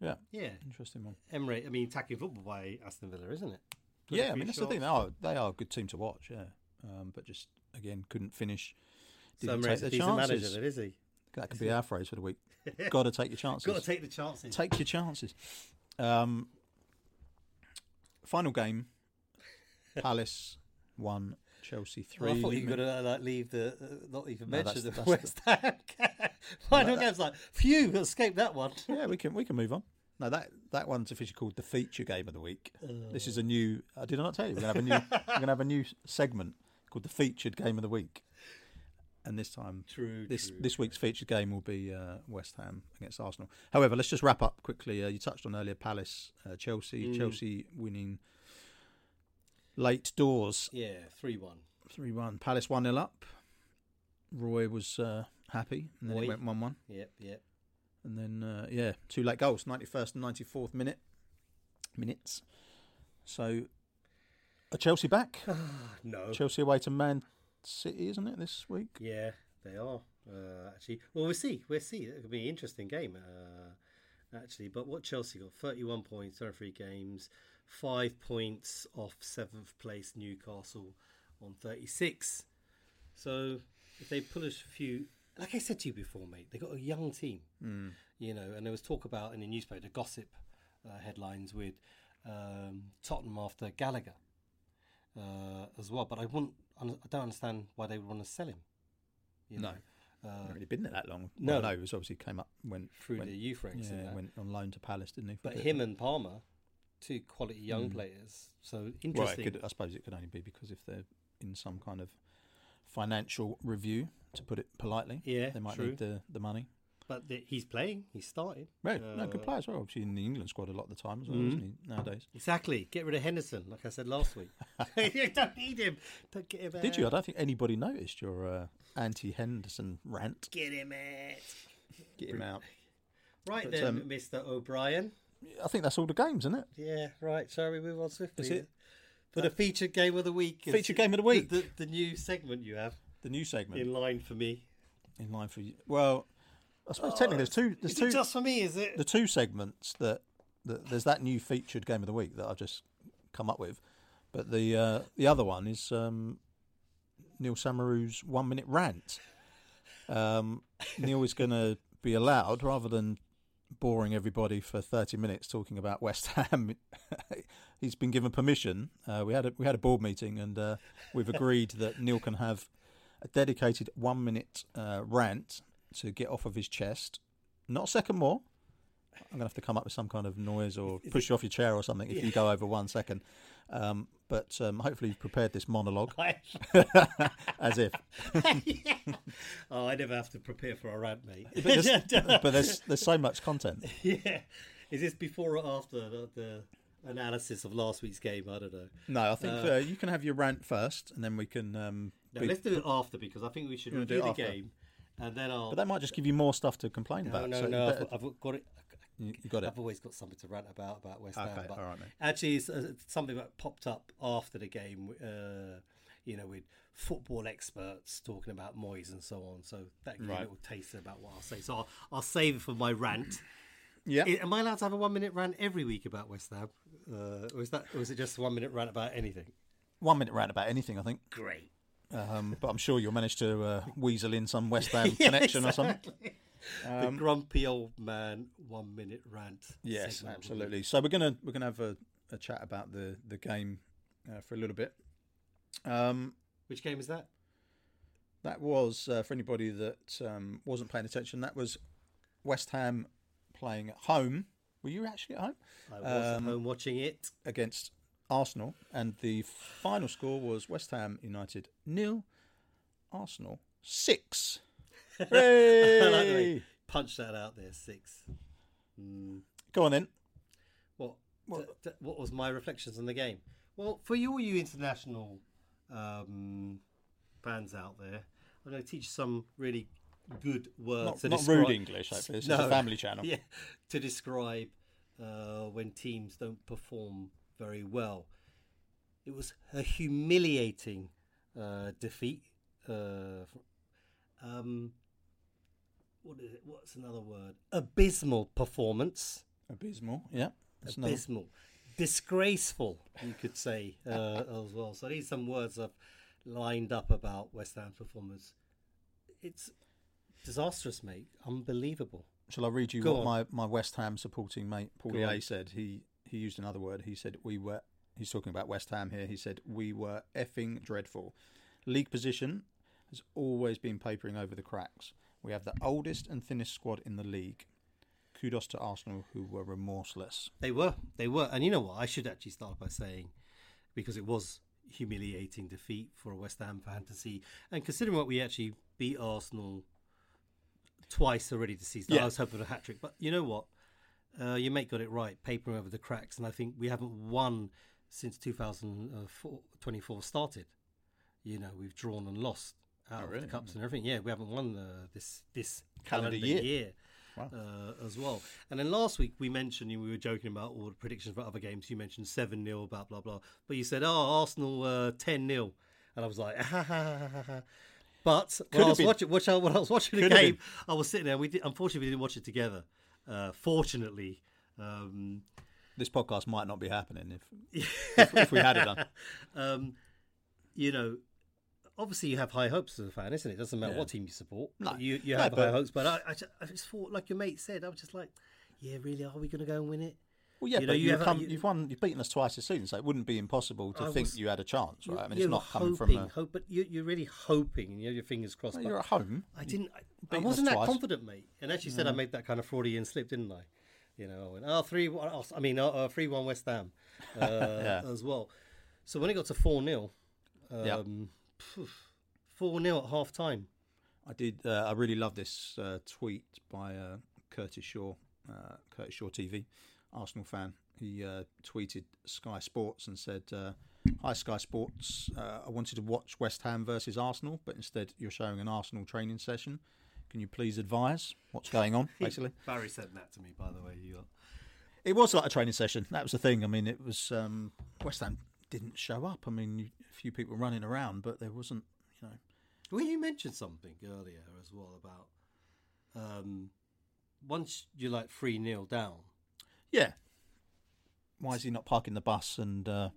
Speaker 1: yeah,
Speaker 2: yeah,
Speaker 1: interesting one.
Speaker 2: Emre, I mean, attacking football by Aston Villa, isn't it?
Speaker 1: Yeah, I
Speaker 2: 23
Speaker 1: mean that's the thing. They
Speaker 2: shots.
Speaker 1: are they are a good team to watch. Yeah, um, but just again couldn't finish.
Speaker 2: So
Speaker 1: Didn't
Speaker 2: Emre's
Speaker 1: take
Speaker 2: a
Speaker 1: the
Speaker 2: decent manager,
Speaker 1: chances.
Speaker 2: then, is he?
Speaker 1: that could be our phrase for the week. Got to take your chances.
Speaker 2: Got to take the chances.
Speaker 1: Take your chances. Um, final game. Palace one, Chelsea
Speaker 2: Well,
Speaker 1: three.
Speaker 2: Oh, I thought you were going to like leave the uh, not even
Speaker 1: No,
Speaker 2: mention the
Speaker 1: that's-
Speaker 2: West Ham. <laughs> game. Final
Speaker 1: that-
Speaker 2: game's like, phew, escaped that one.
Speaker 1: yeah, we can we can move on. No, that that one's officially called the feature game of the week. this is a new. Uh, did I not tell you we're gonna have a
Speaker 2: <laughs>
Speaker 1: new we're gonna have a new segment called the featured game of the week. And this time,
Speaker 2: True,
Speaker 1: This
Speaker 2: true.
Speaker 1: this week's featured game will be uh, West Ham against Arsenal. However, let's just wrap up quickly. Uh, you touched on earlier Palace, uh, Chelsea, Chelsea winning late doors
Speaker 2: Yeah, three one.
Speaker 1: three one. Palace one 0 up. Roy was uh, happy, and then it
Speaker 2: Roy.
Speaker 1: went one one.
Speaker 2: Yep, <sighs> yep.
Speaker 1: And then uh, yeah, two late goals, ninety first and ninety fourth minute minutes. So a Chelsea back.
Speaker 2: Ah, No.
Speaker 1: Chelsea away to Man City, isn't it, this week?
Speaker 2: Yeah, they are uh, actually. Well, we'll see. We'll see. It could be an interesting game uh, actually. But what Chelsea got? Thirty-one points, thirty-three games, five points off seventh place Newcastle on thirty-six. So if they pull a few, like I said to you before, mate, they got a young team.
Speaker 1: Hmm.
Speaker 2: Mm. You know, and there was talk about in the newspaper the gossip uh, headlines with um, Tottenham after Gallagher uh, as well. But I wouldn't. I don't understand why they would want to sell him. You
Speaker 1: No.
Speaker 2: know, uh,
Speaker 1: Not really been there that long.
Speaker 2: No.
Speaker 1: Well, no, it was obviously came up went
Speaker 2: through
Speaker 1: went,
Speaker 2: the youth ranks. and
Speaker 1: yeah,
Speaker 2: that.
Speaker 1: went on loan to Palace, didn't he? for a
Speaker 2: but
Speaker 1: bit?
Speaker 2: him and Palmer, two quality young players. So
Speaker 1: Hmm. well, it
Speaker 2: interesting.
Speaker 1: could, I suppose it could only be because if they're in some kind of financial review, to put it politely,
Speaker 2: Yeah,
Speaker 1: they might
Speaker 2: true.
Speaker 1: need the the money.
Speaker 2: But th- he's playing. He's starting.
Speaker 1: Right, no, good
Speaker 2: Uh, Mm-hmm.
Speaker 1: player as well. Obviously in the England squad a lot of the time as well, isn't he? Nowadays,
Speaker 2: Exactly. Get rid of Henderson, like I said last
Speaker 1: <laughs>
Speaker 2: week. <laughs> you don't need him. Don't get him out.
Speaker 1: did you? I don't think anybody noticed your uh, anti Henderson rant.
Speaker 2: Get him out.
Speaker 1: Get him out.
Speaker 2: Right
Speaker 1: But,
Speaker 2: then,
Speaker 1: um,
Speaker 2: Mr. O'Brien.
Speaker 1: I think that's all the games, isn't it?
Speaker 2: Yeah, right. Shall we move on swiftly?
Speaker 1: That's it.
Speaker 2: For the featured game of the week. is-
Speaker 1: Featured game of the week. Uh,
Speaker 2: The, the, the new segment you have
Speaker 1: The new segment
Speaker 2: in line for me.
Speaker 1: in line for you. Well, I suppose technically there's two. There's
Speaker 2: Is
Speaker 1: two.
Speaker 2: it just for me, is it? <laughs>
Speaker 1: the two segments that, that there's that new featured game of the week that I've just come up with, but the uh, the other one is um, Neil Samaru's one minute rant. Um, Neil is going to be allowed rather than boring everybody for 30 minutes talking about West <laughs> Ham. He's been given permission. Uh, we had a, we had a board meeting and uh, we've agreed that Neil can have a dedicated one minute uh, rant to get off of his chest. Not a second more. I'm going to have to come up with some kind of noise or push you off your chair or something if you go over one second. Um, but um, hopefully you've prepared this monologue <laughs> as if.
Speaker 2: <laughs> oh, I never have to prepare for a rant, mate. <laughs>
Speaker 1: But there's, but there's there's so much content.
Speaker 2: yeah. Is this before or after the, the analysis of last week's game? I don't know.
Speaker 1: No, I think uh, you can have your rant first, and then we can. Um,
Speaker 2: No,
Speaker 1: be-
Speaker 2: let's do it after because I think we should
Speaker 1: wanna do
Speaker 2: review
Speaker 1: it
Speaker 2: the
Speaker 1: after?
Speaker 2: game and then I'll.
Speaker 1: but that might just give you more stuff to complain
Speaker 2: no,
Speaker 1: about.
Speaker 2: no,
Speaker 1: so
Speaker 2: no.
Speaker 1: you,
Speaker 2: I've,
Speaker 1: better-
Speaker 2: I've got it.
Speaker 1: you you got it.
Speaker 2: I've always got something to rant about about West Ham.
Speaker 1: Okay,
Speaker 2: but
Speaker 1: all right, mate.
Speaker 2: Actually, it's uh, something that popped up after the game. Uh, you know, with football experts talking about Moyes and so on. So that gave
Speaker 1: Right.
Speaker 2: a little taste about what I'll say. So I'll, I'll save it for my rant.
Speaker 1: Yeah.
Speaker 2: I- Am I allowed to have a one minute rant every week about West Ham? Uh, or is that, or is it just a one minute rant about anything?
Speaker 1: One minute rant about anything, I think.
Speaker 2: Great.
Speaker 1: Um, but I'm sure you'll manage to uh, weasel in some West
Speaker 2: <laughs>
Speaker 1: Ham connection or something. Um,
Speaker 2: the grumpy old man one minute rant.
Speaker 1: Yes,
Speaker 2: segment.
Speaker 1: absolutely. So we're gonna we're gonna have a, a chat about the the game uh, for a little bit. Um,
Speaker 2: Which game is that?
Speaker 1: That was uh, for anybody that um, wasn't paying attention. That was West Ham playing at home. Were you actually at home
Speaker 2: I was
Speaker 1: Um,
Speaker 2: at home watching it. <laughs>
Speaker 1: against Arsenal? And the final score was West Ham United nil, Arsenal six.
Speaker 2: <laughs> I like the way
Speaker 1: Hooray!
Speaker 2: you punched that out there, six.
Speaker 1: Go on then.
Speaker 2: What? What? what was my reflections on the game? Well, for you, all you international um, fans out there, I'm going to teach you some really good words.
Speaker 1: Not,
Speaker 2: to
Speaker 1: not
Speaker 2: describe-
Speaker 1: rude English. Hopefully, this is a
Speaker 2: No.
Speaker 1: family channel.
Speaker 2: <laughs> Yeah, to describe uh, when teams don't perform very well. It was a humiliating uh, defeat. Uh, f- um, what is it? What's another word? Abysmal performance.
Speaker 1: Abysmal. Yeah. That's another-
Speaker 2: Abysmal. Disgraceful, you could say uh, <laughs> as well. So these are some words I've lined up about West Ham's performance. It's disastrous, mate. Unbelievable.
Speaker 1: Shall I read you
Speaker 2: Go
Speaker 1: what
Speaker 2: on.
Speaker 1: my, my West Ham supporting mate Paul
Speaker 2: Go
Speaker 1: A
Speaker 2: on.
Speaker 1: said? He he used another word. He said we were. He's talking about West Ham here. He said we were effing dreadful. League position has always been papering over the cracks. We have the oldest and thinnest squad in the league. Kudos to Arsenal, who were remorseless.
Speaker 2: They were, they were, and you know what? I should actually start by saying, because it was humiliating defeat for a West Ham fan to see, and considering what we actually beat Arsenal twice already this season,
Speaker 1: Yeah.
Speaker 2: I was hoping for a hat trick. But you know what? Uh, your mate got it right, papering over the cracks, and I think we haven't won since 2024 started. You know, we've drawn and lost out of
Speaker 1: Oh, really? Hmm.
Speaker 2: the cups and everything. Yeah, we haven't won uh, this this
Speaker 1: Calendar
Speaker 2: calendar,
Speaker 1: year.
Speaker 2: year uh, as well. And then last week we mentioned you- we were joking about all the predictions for other games. You mentioned seven 0 blah blah blah. But you said, "Oh, Arsenal ten 0 and I was like, <laughs> "Ha ha ha ha, ha ha." But when I
Speaker 1: have
Speaker 2: was
Speaker 1: been.
Speaker 2: watching, watch, when I was watching the
Speaker 1: Could have
Speaker 2: game, I was sitting there. And we did, unfortunately we didn't watch it together. Uh, fortunately, um,
Speaker 1: This podcast might not be happening if if, if we had it
Speaker 2: <laughs>
Speaker 1: done.
Speaker 2: um, you know, obviously you have high hopes as a fan, isn't it? Doesn't matter
Speaker 1: Yeah.
Speaker 2: what team you support.
Speaker 1: No.
Speaker 2: You, you
Speaker 1: No,
Speaker 2: have
Speaker 1: but-
Speaker 2: high hopes. But I, I, ju- I just thought, like your mate said, I was just like, yeah, really, are we going to go and win it?
Speaker 1: Well, yeah,
Speaker 2: You know,
Speaker 1: but
Speaker 2: you
Speaker 1: you have
Speaker 2: have a-
Speaker 1: come,
Speaker 2: you-
Speaker 1: you, have won. You've beaten us twice this season, so it wouldn't be impossible to
Speaker 2: I
Speaker 1: think
Speaker 2: was-
Speaker 1: you had a chance, right? I mean, it's
Speaker 2: You're
Speaker 1: not coming from.
Speaker 2: hoping,
Speaker 1: A,
Speaker 2: hope, but you, you're really hoping, and you have your fingers crossed. but
Speaker 1: you're at home.
Speaker 2: I didn't. I, I
Speaker 1: beaten us
Speaker 2: wasn't that
Speaker 1: twice. Mm.
Speaker 2: confident, mate. And actually said I made that kind of fraudian slip, didn't I? You know, I went, oh, three, one, oh, I mean, oh, uh, three one
Speaker 1: <laughs>
Speaker 2: West Ham uh, as well. So when it got to four 0
Speaker 1: yeah.
Speaker 2: um, four 0 at half time.
Speaker 1: I did. Uh, I really love this uh, tweet by uh, Curtis Shaw, uh, Curtis Shaw TV, Arsenal fan. He uh, tweeted Sky Sports and said, uh, "Hi Sky Sports, uh, I wanted to watch West Ham versus Arsenal, but instead you're showing an Arsenal training session. Can you please advise what's going on?" Basically,
Speaker 2: Barry said that to me, by the way. You
Speaker 1: It was like a training session. That was the thing. I mean, it was um, West Ham didn't show up. I mean, you- a few people running around, but there wasn't. You know,
Speaker 2: Well, you mentioned something earlier as well about um, once you're like three nil down.
Speaker 1: yeah. Why is he not parking the bus? And uh,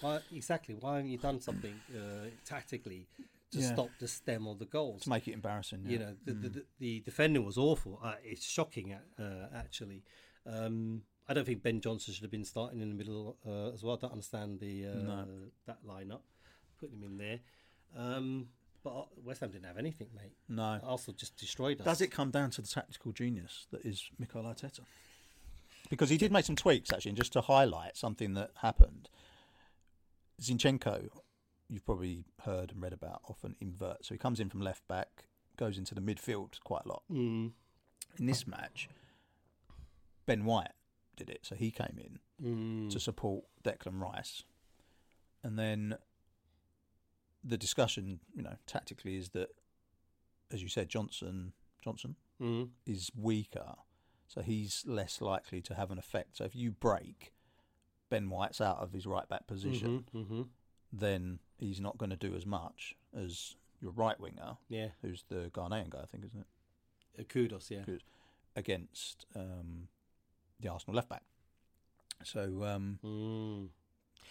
Speaker 2: Why, exactly. Why haven't you done something uh, tactically to
Speaker 1: Yeah.
Speaker 2: stop the stem or the goals?
Speaker 1: to make it Mm. embarrassing, yeah.
Speaker 2: You know, the, the, the, the defender was awful. Uh, it's shocking, a- uh, actually. Um, I don't think Ben Johnson should have been starting in the middle uh, as well. I don't understand the uh, that lineup, putting him in there. Um, but West Ham didn't have anything, mate.
Speaker 1: no.
Speaker 2: Arsenal just destroyed us.
Speaker 1: Does it come down to the tactical genius that is Mikel Arteta? Because he did make some tweaks actually, and just to highlight something that happened. Zinchenko, you've probably heard and read about, often inverts. So he comes in from left back, goes into the midfield quite a lot.
Speaker 2: Mm,
Speaker 1: In this match, Ben White did it, so he came in
Speaker 2: mm,
Speaker 1: to support Declan Rice. And then the discussion, you know, tactically is that, as you said, Johnson, Johnson,
Speaker 2: mm.
Speaker 1: is weaker, so he's less likely to have an effect. So if you break Ben White's out of his right back position,
Speaker 2: Mhm, mhm.
Speaker 1: then he's not going to do as much as your right winger,
Speaker 2: Yeah,
Speaker 1: who's the Ghanaian guy, I think, isn't it,
Speaker 2: Uh, kudos. Yeah,
Speaker 1: against um, the Arsenal left back. So um,
Speaker 2: Mm.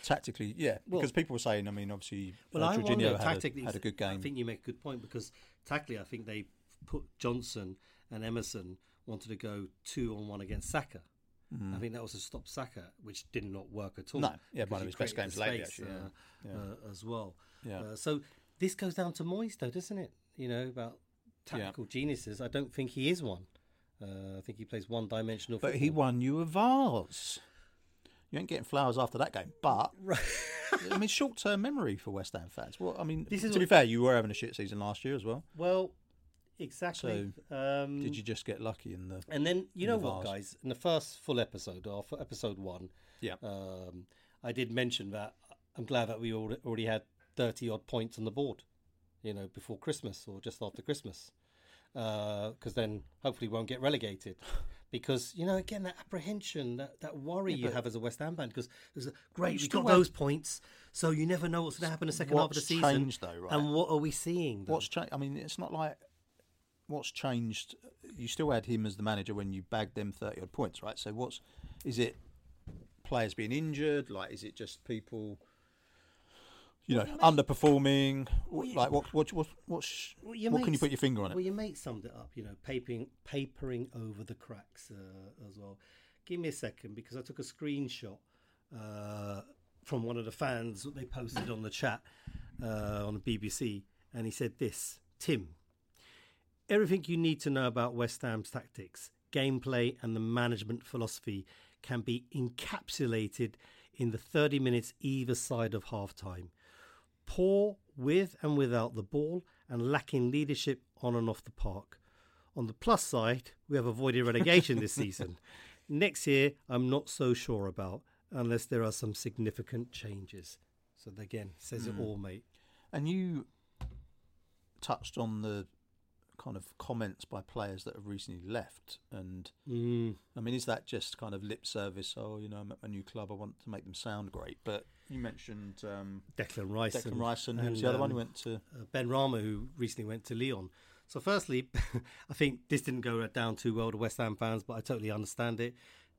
Speaker 1: tactically, yeah,
Speaker 2: Well-
Speaker 1: because people were saying, I mean, obviously,
Speaker 2: Well,
Speaker 1: uh,
Speaker 2: I
Speaker 1: Jorginho
Speaker 2: wonder
Speaker 1: had,
Speaker 2: tactically.
Speaker 1: a, had a good
Speaker 2: I
Speaker 1: game.
Speaker 2: think you make a good point because tactically, I think they put Johnson and Emerson wanted to go two on one against Saka.
Speaker 1: Mm,
Speaker 2: I think that was to stop Saka, which did not work at all.
Speaker 1: No, yeah,
Speaker 2: because
Speaker 1: one of
Speaker 2: you
Speaker 1: his best
Speaker 2: created
Speaker 1: games
Speaker 2: the
Speaker 1: lately,
Speaker 2: space,
Speaker 1: actually. yeah.
Speaker 2: uh,
Speaker 1: Yeah.
Speaker 2: uh, as well.
Speaker 1: Yeah.
Speaker 2: Uh, so this goes down to Moyes, though, doesn't it? You know about tactical geniuses. I don't think he is one. Uh, I think he plays one-dimensional.
Speaker 1: But he
Speaker 2: football.
Speaker 1: won you a vase. You ain't getting flowers after that game. But
Speaker 2: <laughs>
Speaker 1: I mean, short-term memory for West Ham fans. Well, I mean,
Speaker 2: This
Speaker 1: to
Speaker 2: is
Speaker 1: be
Speaker 2: what-
Speaker 1: fair, you were having a shit season last year as well.
Speaker 2: well, exactly. um,
Speaker 1: Did you just get lucky in the?
Speaker 2: And then you know
Speaker 1: the
Speaker 2: what,
Speaker 1: vase.
Speaker 2: guys? In the first full episode, or for episode one,
Speaker 1: Yeah.
Speaker 2: um, I did mention that I'm glad that we alre- already had thirty odd points on the board, you know, before Christmas or just after Christmas, because then hopefully we won't
Speaker 1: <laughs>
Speaker 2: get relegated. Because you know, again, that apprehension, that, that worry you have as a West Ham fan, because there's a, great, we
Speaker 1: still
Speaker 2: got
Speaker 1: have-
Speaker 2: those points, so you never know what's going to happen in the second half of the
Speaker 1: What's
Speaker 2: season.
Speaker 1: changed though, right?
Speaker 2: And what are we seeing? Though?
Speaker 1: What's changed? I mean, it's not like what's changed. You still had him as the manager when you bagged them thirty odd points, right? So what's is it? Players being injured, like is it just people? You know, underperforming. Like what? What? What? What's,
Speaker 2: Well, your
Speaker 1: what can you
Speaker 2: mates-
Speaker 1: put your finger on it?
Speaker 2: Well, your mate summed it up, you know, papering, papering over the cracks uh, as well. Give me a second because I took a screenshot uh, from one of the fans that they posted on the chat uh, on the BBC, and he said this Tim, everything you need to know about West Ham's tactics, gameplay, and the management philosophy can be encapsulated in the 30 minutes either side of half time poor with and without the ball and lacking leadership on and off the park. On the plus side, we have avoided
Speaker 1: <laughs>
Speaker 2: relegation this season. Next year, I'm not so sure about unless there are some significant changes. So again, says
Speaker 1: Hmm.
Speaker 2: it all, mate.
Speaker 1: And you touched on the kind of comments by players that have recently left. And
Speaker 2: Mm.
Speaker 1: I mean, is that just kind of lip service? Oh, you know, I'm at my new club. I want to make them sound great. But you mentioned um,
Speaker 2: Declan Rice.
Speaker 1: Declan Rice and um, who's the other one who went to?
Speaker 2: uh, Ben Rama, who recently went to Leon. So, firstly, <laughs> I think this didn't go down too well to West Ham fans, but I totally understand it.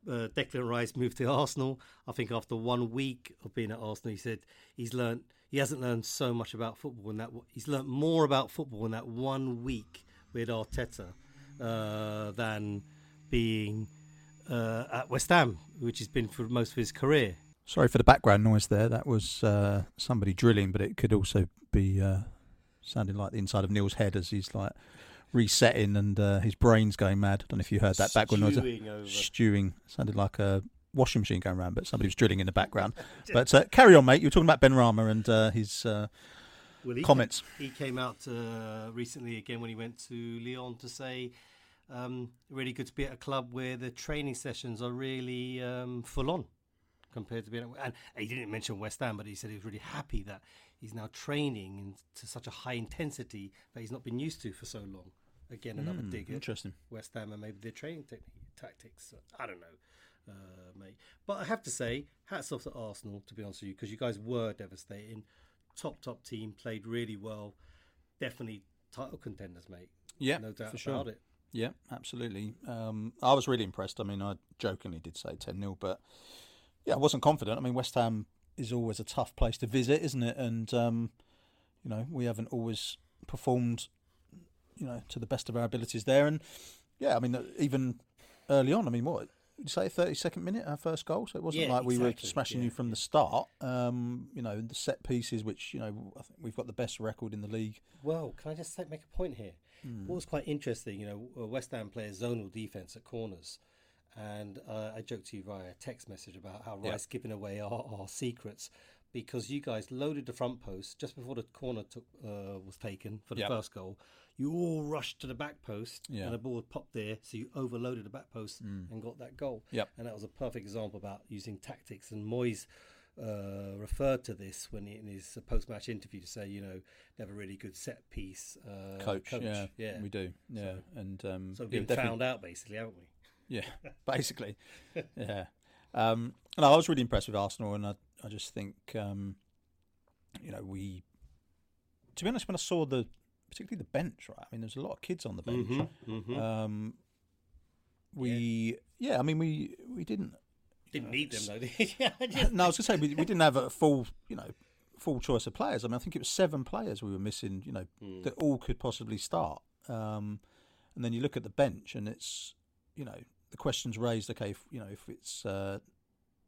Speaker 2: Uh, Declan Rice <laughs> moved to Arsenal. I think after one week of being at Arsenal, he said he's learnt he hasn't learned so much about football in that w- he's learnt more about football in that one week with Arteta uh, than being uh, at West Ham, which has been for most of his career.
Speaker 1: Sorry for the background noise there. That was uh, somebody drilling, but it could also be uh, sounding like the inside of Neil's head as he's like resetting and uh, his brain's going mad. I don't know if you heard that background noise.
Speaker 2: Stewing over.
Speaker 1: stewing. Sounded like a washing machine going around, but somebody was drilling in the background. but uh, carry on, mate. You were talking about Ben Rama and uh, his uh,
Speaker 2: Will he-
Speaker 1: comments.
Speaker 2: he came out uh, recently again when he went to Lyon to say, um, really good to be at a club where the training sessions are really um, full on compared to being at. And he didn't mention West Ham, but he said he was really happy that he's now training in, to such a high intensity that he's not been used to for so long.
Speaker 1: Hmm,
Speaker 2: Again, another dig at
Speaker 1: Interesting.
Speaker 2: West Ham and maybe their training technique, tactics. I don't know. uh, mate. But I have to say, hats off to Arsenal, to be honest with you, because you guys were devastating. Top, top team, played really well. Definitely title contenders, mate.
Speaker 1: Yeah,
Speaker 2: No doubt
Speaker 1: for sure.
Speaker 2: about it.
Speaker 1: Yeah, absolutely. Um, I was really impressed. I mean, I jokingly did say 10 0, but yeah, I wasn't confident. I mean, West Ham is always a tough place to visit, isn't it? And, um, you know, we haven't always performed, you know, to the best of our abilities there. And yeah, I mean, uh, even early on, I mean, what? Did you say 32nd minute, our first goal? So it wasn't
Speaker 2: Yeah,
Speaker 1: like we
Speaker 2: exactly.
Speaker 1: were smashing
Speaker 2: Yeah,
Speaker 1: you from the start. Um, you know, the set pieces, which, you know, I think we've got the best record in the league.
Speaker 2: Well, can I just say- make a point here?
Speaker 1: Hmm.
Speaker 2: What was quite interesting, you know, uh, West Ham plays zonal defense at corners, and uh, I joked to you via text message about how Rice giving away our, our secrets because you guys loaded the front post just before the corner took, uh, was taken for the
Speaker 1: Yeah.
Speaker 2: first goal. You all rushed to the back post,
Speaker 1: Yeah. Hmm.
Speaker 2: and the ball had popped there, so you overloaded the back post and got that goal.
Speaker 1: Yep.
Speaker 2: And that was a perfect example about using tactics. And Moyes uh, referred to this when he, in his post-match interview to say, you know, they have a really good set piece uh,
Speaker 1: Coach, yeah,
Speaker 2: yeah.
Speaker 1: we do, yeah, and um,
Speaker 2: so
Speaker 1: yeah,
Speaker 2: we've been
Speaker 1: definitely-
Speaker 2: found out basically, haven't we?
Speaker 1: Yeah, <laughs> basically. yeah. Um, and I was really impressed with Arsenal, and I, I just think, um, you know, we. To be honest, when I saw the, particularly the bench, right? I mean, there's a lot of kids on the bench.
Speaker 2: Mm-hmm. uh,
Speaker 1: Um, we, yeah. I mean, we we didn't. <coughs>
Speaker 2: Didn't need them <laughs> though. Did you? I just-
Speaker 1: No, I was gonna say we, we didn't have a full, you know, full choice of players. I mean, I think it was seven players we were missing. You know,
Speaker 2: Hmm.
Speaker 1: that all could possibly start. Um, and then you look at the bench, and it's you know the questions raised. Okay, if, you know if it's uh,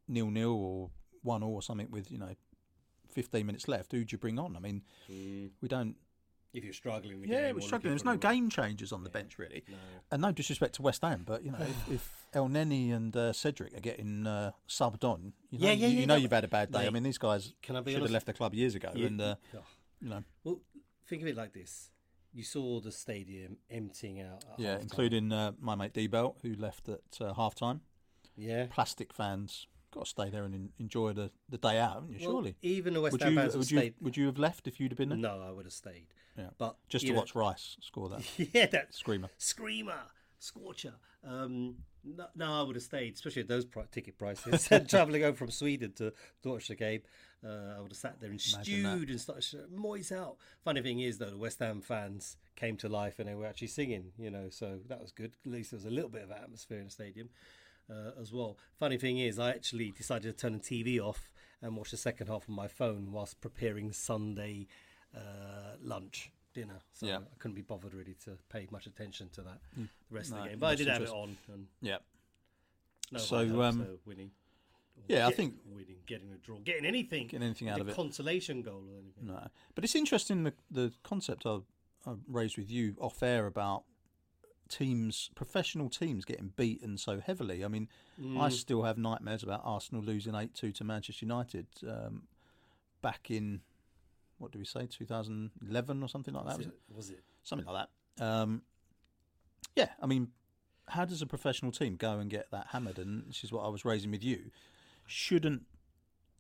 Speaker 1: nil nil or one or something with you know fifteen minutes left, who do you bring on? I mean, we don't.
Speaker 2: if you're struggling, in the
Speaker 1: Yeah,
Speaker 2: game
Speaker 1: we're
Speaker 2: or
Speaker 1: struggling.
Speaker 2: looking
Speaker 1: There's
Speaker 2: for
Speaker 1: no
Speaker 2: the run-
Speaker 1: game changers on the bench really, and no disrespect to West Ham, but you know if, if El Neni and uh, Cedric are getting uh, subbed on, you know,
Speaker 2: Yeah, yeah,
Speaker 1: you,
Speaker 2: yeah,
Speaker 1: you know
Speaker 2: no,
Speaker 1: you've had a bad day. I
Speaker 2: mate,
Speaker 1: mean, these guys
Speaker 2: can I be
Speaker 1: should have
Speaker 2: honest?
Speaker 1: left the club years ago,
Speaker 2: You-
Speaker 1: and uh,
Speaker 2: Oh.
Speaker 1: you know,
Speaker 2: Well, think of it like this: you saw the stadium emptying out. At
Speaker 1: yeah,
Speaker 2: halftime.
Speaker 1: including uh, my mate D Belt who left at uh, half time.
Speaker 2: yeah.
Speaker 1: plastic fans got to stay there and en- enjoy the, the day out, haven't you?
Speaker 2: Well,
Speaker 1: Surely.
Speaker 2: even the West
Speaker 1: Would
Speaker 2: Ham
Speaker 1: you,
Speaker 2: fans have
Speaker 1: would, you,
Speaker 2: stayed.
Speaker 1: would you have left if you'd have been there?
Speaker 2: No, I would have stayed.
Speaker 1: Yeah.
Speaker 2: But
Speaker 1: Just
Speaker 2: you
Speaker 1: to
Speaker 2: know-
Speaker 1: watch Rice score
Speaker 2: <laughs>
Speaker 1: that
Speaker 2: yeah, that
Speaker 1: screamer.
Speaker 2: screamer, scorcher. Um, no, no, I would have stayed, especially at those pri- ticket prices. <laughs> Traveling over from Sweden to, to watch the game, uh, I would have sat there and
Speaker 1: Imagine that.
Speaker 2: stewed and started shouting, Moyes out. Funny thing is, though, the West Ham fans came to life and they were actually singing, you know, so that was good. At least there was a little bit of atmosphere in the stadium uh, as well. Funny thing is, I actually decided to turn the TV off and watch the second half on my phone whilst preparing Sunday uh, lunch, dinner. So
Speaker 1: Yeah. Mm.
Speaker 2: I couldn't be bothered really to pay much attention to that the rest of
Speaker 1: No,
Speaker 2: the game. But I
Speaker 1: that's
Speaker 2: did have it on.
Speaker 1: interesting.
Speaker 2: And
Speaker 1: Yeah.
Speaker 2: no,
Speaker 1: So,
Speaker 2: so,
Speaker 1: um,
Speaker 2: winning. Or
Speaker 1: yeah, I
Speaker 2: get-
Speaker 1: think-
Speaker 2: winning, getting a draw, getting anything,
Speaker 1: Getting anything out
Speaker 2: the
Speaker 1: of it.
Speaker 2: consolation goal or anything.
Speaker 1: No. But it's interesting the, the concept I, I raised with you off air about teams, professional teams getting beaten so heavily. I mean, I still have nightmares about Arsenal losing 8 2 to Manchester United um, back in, what do we say, 2011 or something like that?
Speaker 2: Was,
Speaker 1: was it?
Speaker 2: it, was it?
Speaker 1: something like that. Um, yeah, I mean, how does a professional team go and get that hammered? And this is what I was raising with you. Shouldn't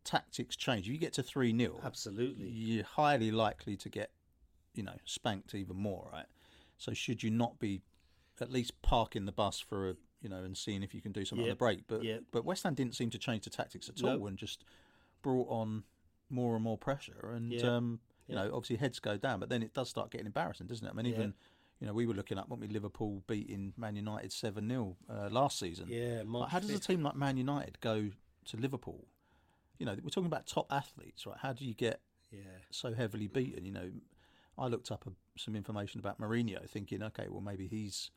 Speaker 1: tactics change? If you get to 3 0,
Speaker 2: Absolutely.
Speaker 1: you're highly likely to get, you know, spanked even more, right? So should you not be at least parking the bus for a, you know, and seeing if you can do something on
Speaker 2: Yep,
Speaker 1: the break? But
Speaker 2: yep.
Speaker 1: but West Ham didn't seem to change the tactics at
Speaker 2: No.
Speaker 1: all and just brought on more and more pressure. And
Speaker 2: Yeah,
Speaker 1: um, you know, obviously heads go down, but then it does start getting embarrassing, doesn't it? I mean, even you know, we were looking up, weren't we? Liverpool beating Man United seven 0 uh, last season.
Speaker 2: Yeah,
Speaker 1: Like,
Speaker 2: March
Speaker 1: how does a
Speaker 2: 5th.
Speaker 1: team like Man United go to Liverpool? You know, we're talking about top athletes, right? How do you get
Speaker 2: Yeah.
Speaker 1: so heavily beaten. You know, I looked up a, some information about Mourinho, thinking, okay, well maybe he's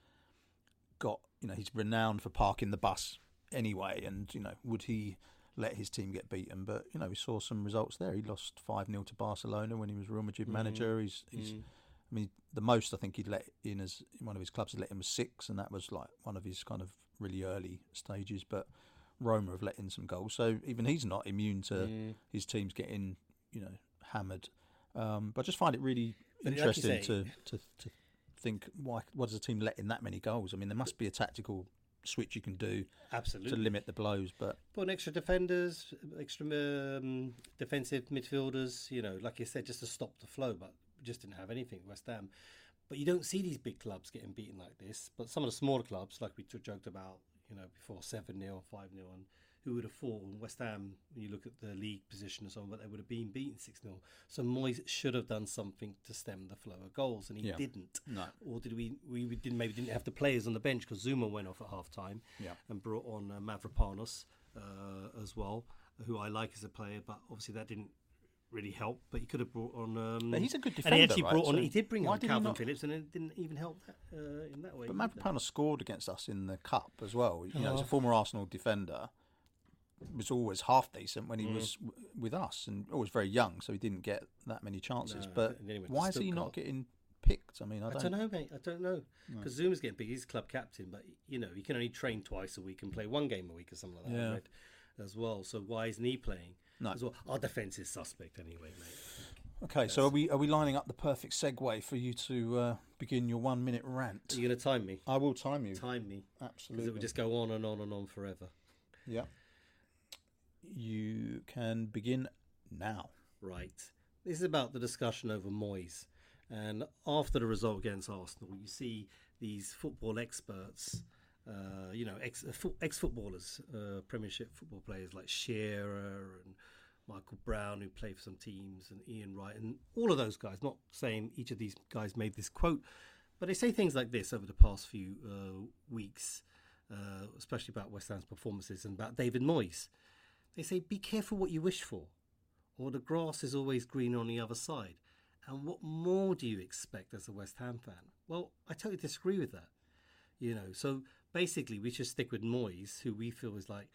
Speaker 1: got you know he's renowned for parking the bus anyway, and you know would he let his team get beaten? But you know we saw some results there. He lost five 0 to Barcelona when he was Real Madrid manager. He's, he's I mean the most I think he'd let in as one of his clubs had let him was six, and that was like one of his kind of really early stages, but. Roma have let in some goals, so even he's not immune to his teams getting, you know, hammered. Um, but I just find it really
Speaker 2: But like you
Speaker 1: interesting
Speaker 2: say-
Speaker 1: to, to to think why why does a team let in that many goals? I mean, there must be a tactical switch you can do to
Speaker 2: Absolutely.
Speaker 1: limit the blows. But
Speaker 2: Put on extra defenders, extra um, defensive midfielders, you know, like you said, just to stop the flow, but we just didn't have anything, West Ham. But you don't see these big clubs getting beaten like this. But some of the smaller clubs, like we t- joked about, you know, before 7 0, 5 0. And who would have thought when West Ham, when you look at the league position and so on, but they would have been beaten 6 0. So Moyes should have done something to stem the flow of goals, and he
Speaker 1: Yeah.
Speaker 2: didn't.
Speaker 1: No.
Speaker 2: Or did we, we we didn't maybe didn't have the players on the bench because Zuma went off at half time
Speaker 1: Yeah.
Speaker 2: and brought on uh, Mavropanos uh, as well, who I like as a player, but obviously that didn't really help. But he could have brought on. Um,
Speaker 1: But he's a good
Speaker 2: and he
Speaker 1: defender,
Speaker 2: actually
Speaker 1: right?
Speaker 2: brought on.
Speaker 1: So
Speaker 2: he did bring
Speaker 1: why
Speaker 2: on
Speaker 1: did he
Speaker 2: Calvin
Speaker 1: not-
Speaker 2: Phillips, and it didn't even help that, uh, in that way.
Speaker 1: But
Speaker 2: either.
Speaker 1: Mavropanos scored against us in the cup as well. You
Speaker 2: Oh.
Speaker 1: know, as a former Arsenal defender, was always half decent when he was
Speaker 2: Mm.
Speaker 1: w- with us, and always very young, so he didn't get that many chances.
Speaker 2: No,
Speaker 1: but
Speaker 2: and then he went to
Speaker 1: why is he not
Speaker 2: Stuttgart.
Speaker 1: getting picked? I mean, I
Speaker 2: I
Speaker 1: don't,
Speaker 2: don't know, mate. I don't know because Zuma's getting big. He's club captain, but you know he can only train twice a week and play one game a week or something like that. I
Speaker 1: Yeah.
Speaker 2: read As well, so why isn't he playing?
Speaker 1: No.
Speaker 2: As well, our defence is suspect anyway, mate.
Speaker 1: Okay, so are we are we lining up the perfect segue for you to uh, begin your one minute
Speaker 2: Are
Speaker 1: rant?
Speaker 2: you going to time me?
Speaker 1: I will time you
Speaker 2: Time me because it
Speaker 1: absolutely.
Speaker 2: would just go on and on and on forever.
Speaker 1: Yeah, you can begin now.
Speaker 2: right. This is about the discussion over Moyes. And after the result against Arsenal, you see these football experts, uh, you know, ex ex footballers, uh, Premiership football players like Shearer and Michael Brown, who played for some teams, and Ian Wright, and all of those guys. Not saying each of these guys made this quote, but they say things like this over the past few uh, weeks, uh, especially about West Ham's performances and about David Moyes. They say, be careful what you wish for or the grass is always green on the other side. And what more do you expect as a West Ham fan? Well, I totally disagree with that. You know, so basically, we should stick with Moyes, who we feel is like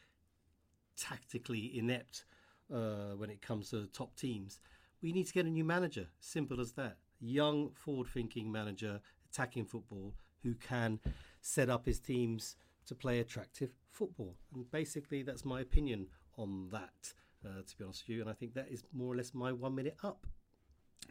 Speaker 2: tactically inept uh, when it comes to top teams. We need to get a new manager. Simple as that. Young, forward-thinking manager, attacking football, who can set up his teams to play attractive football. And basically, that's my opinion on that. Uh, to be honest with you, and I think that is more or less my one minute up.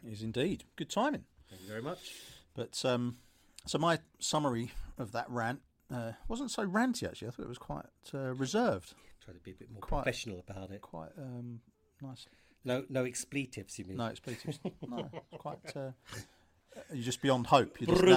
Speaker 1: Is indeed good timing.
Speaker 2: Thank you very much.
Speaker 1: But um, so my summary of that rant uh, wasn't so ranty actually. I thought it was quite uh, reserved,
Speaker 2: Try to be a bit more
Speaker 1: Quite-
Speaker 2: professional about it.
Speaker 1: quite um, nice.
Speaker 2: No, no expletives. You mean?
Speaker 1: No expletives. no, it's quite. Uh, you're just beyond hope. You're just now-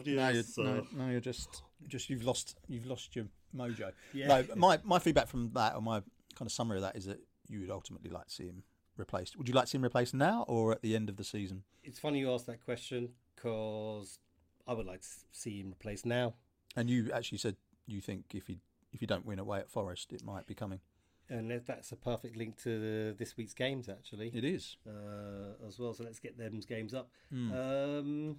Speaker 2: Reserved.
Speaker 1: now, you're,
Speaker 2: Yes.
Speaker 1: now,
Speaker 2: sir.
Speaker 1: now you're just just you've lost you've lost your mojo.
Speaker 2: Yeah.
Speaker 1: No, my my feedback from that or my kind of summary of that is that you would ultimately like to see him replaced. Would you like to see him replaced now or at the end of the season?
Speaker 2: It's funny you asked that question because I would like to s- see him replaced now.
Speaker 1: And you actually said you think if he if you don't win away at Forest, it might be coming.
Speaker 2: And that- that's a perfect link to the, this week's games, actually,
Speaker 1: It is.
Speaker 2: uh, as well. So let's get them's games up. Um,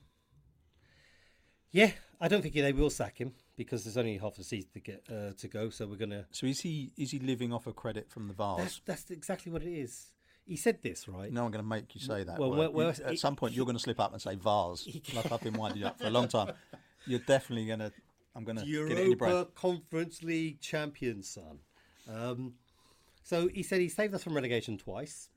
Speaker 2: yeah, I don't think they will sack him because there's only half the season to get uh, to go. So we're gonna.
Speaker 1: So is he is he living off a credit from the
Speaker 2: That's,
Speaker 1: Vars?
Speaker 2: that's exactly what it is. He said this right.
Speaker 1: No, I'm going to make you say that.
Speaker 2: Well,
Speaker 1: word.
Speaker 2: well, well,
Speaker 1: You- at
Speaker 2: it-
Speaker 1: some point, you're going to slip up and say Vars. like I've been winding you up for a long
Speaker 2: <laughs>
Speaker 1: time. You're definitely going to. I'm going to get it in your brain.
Speaker 2: Europa Conference League champion, son. Um, so he said he saved us from relegation twice.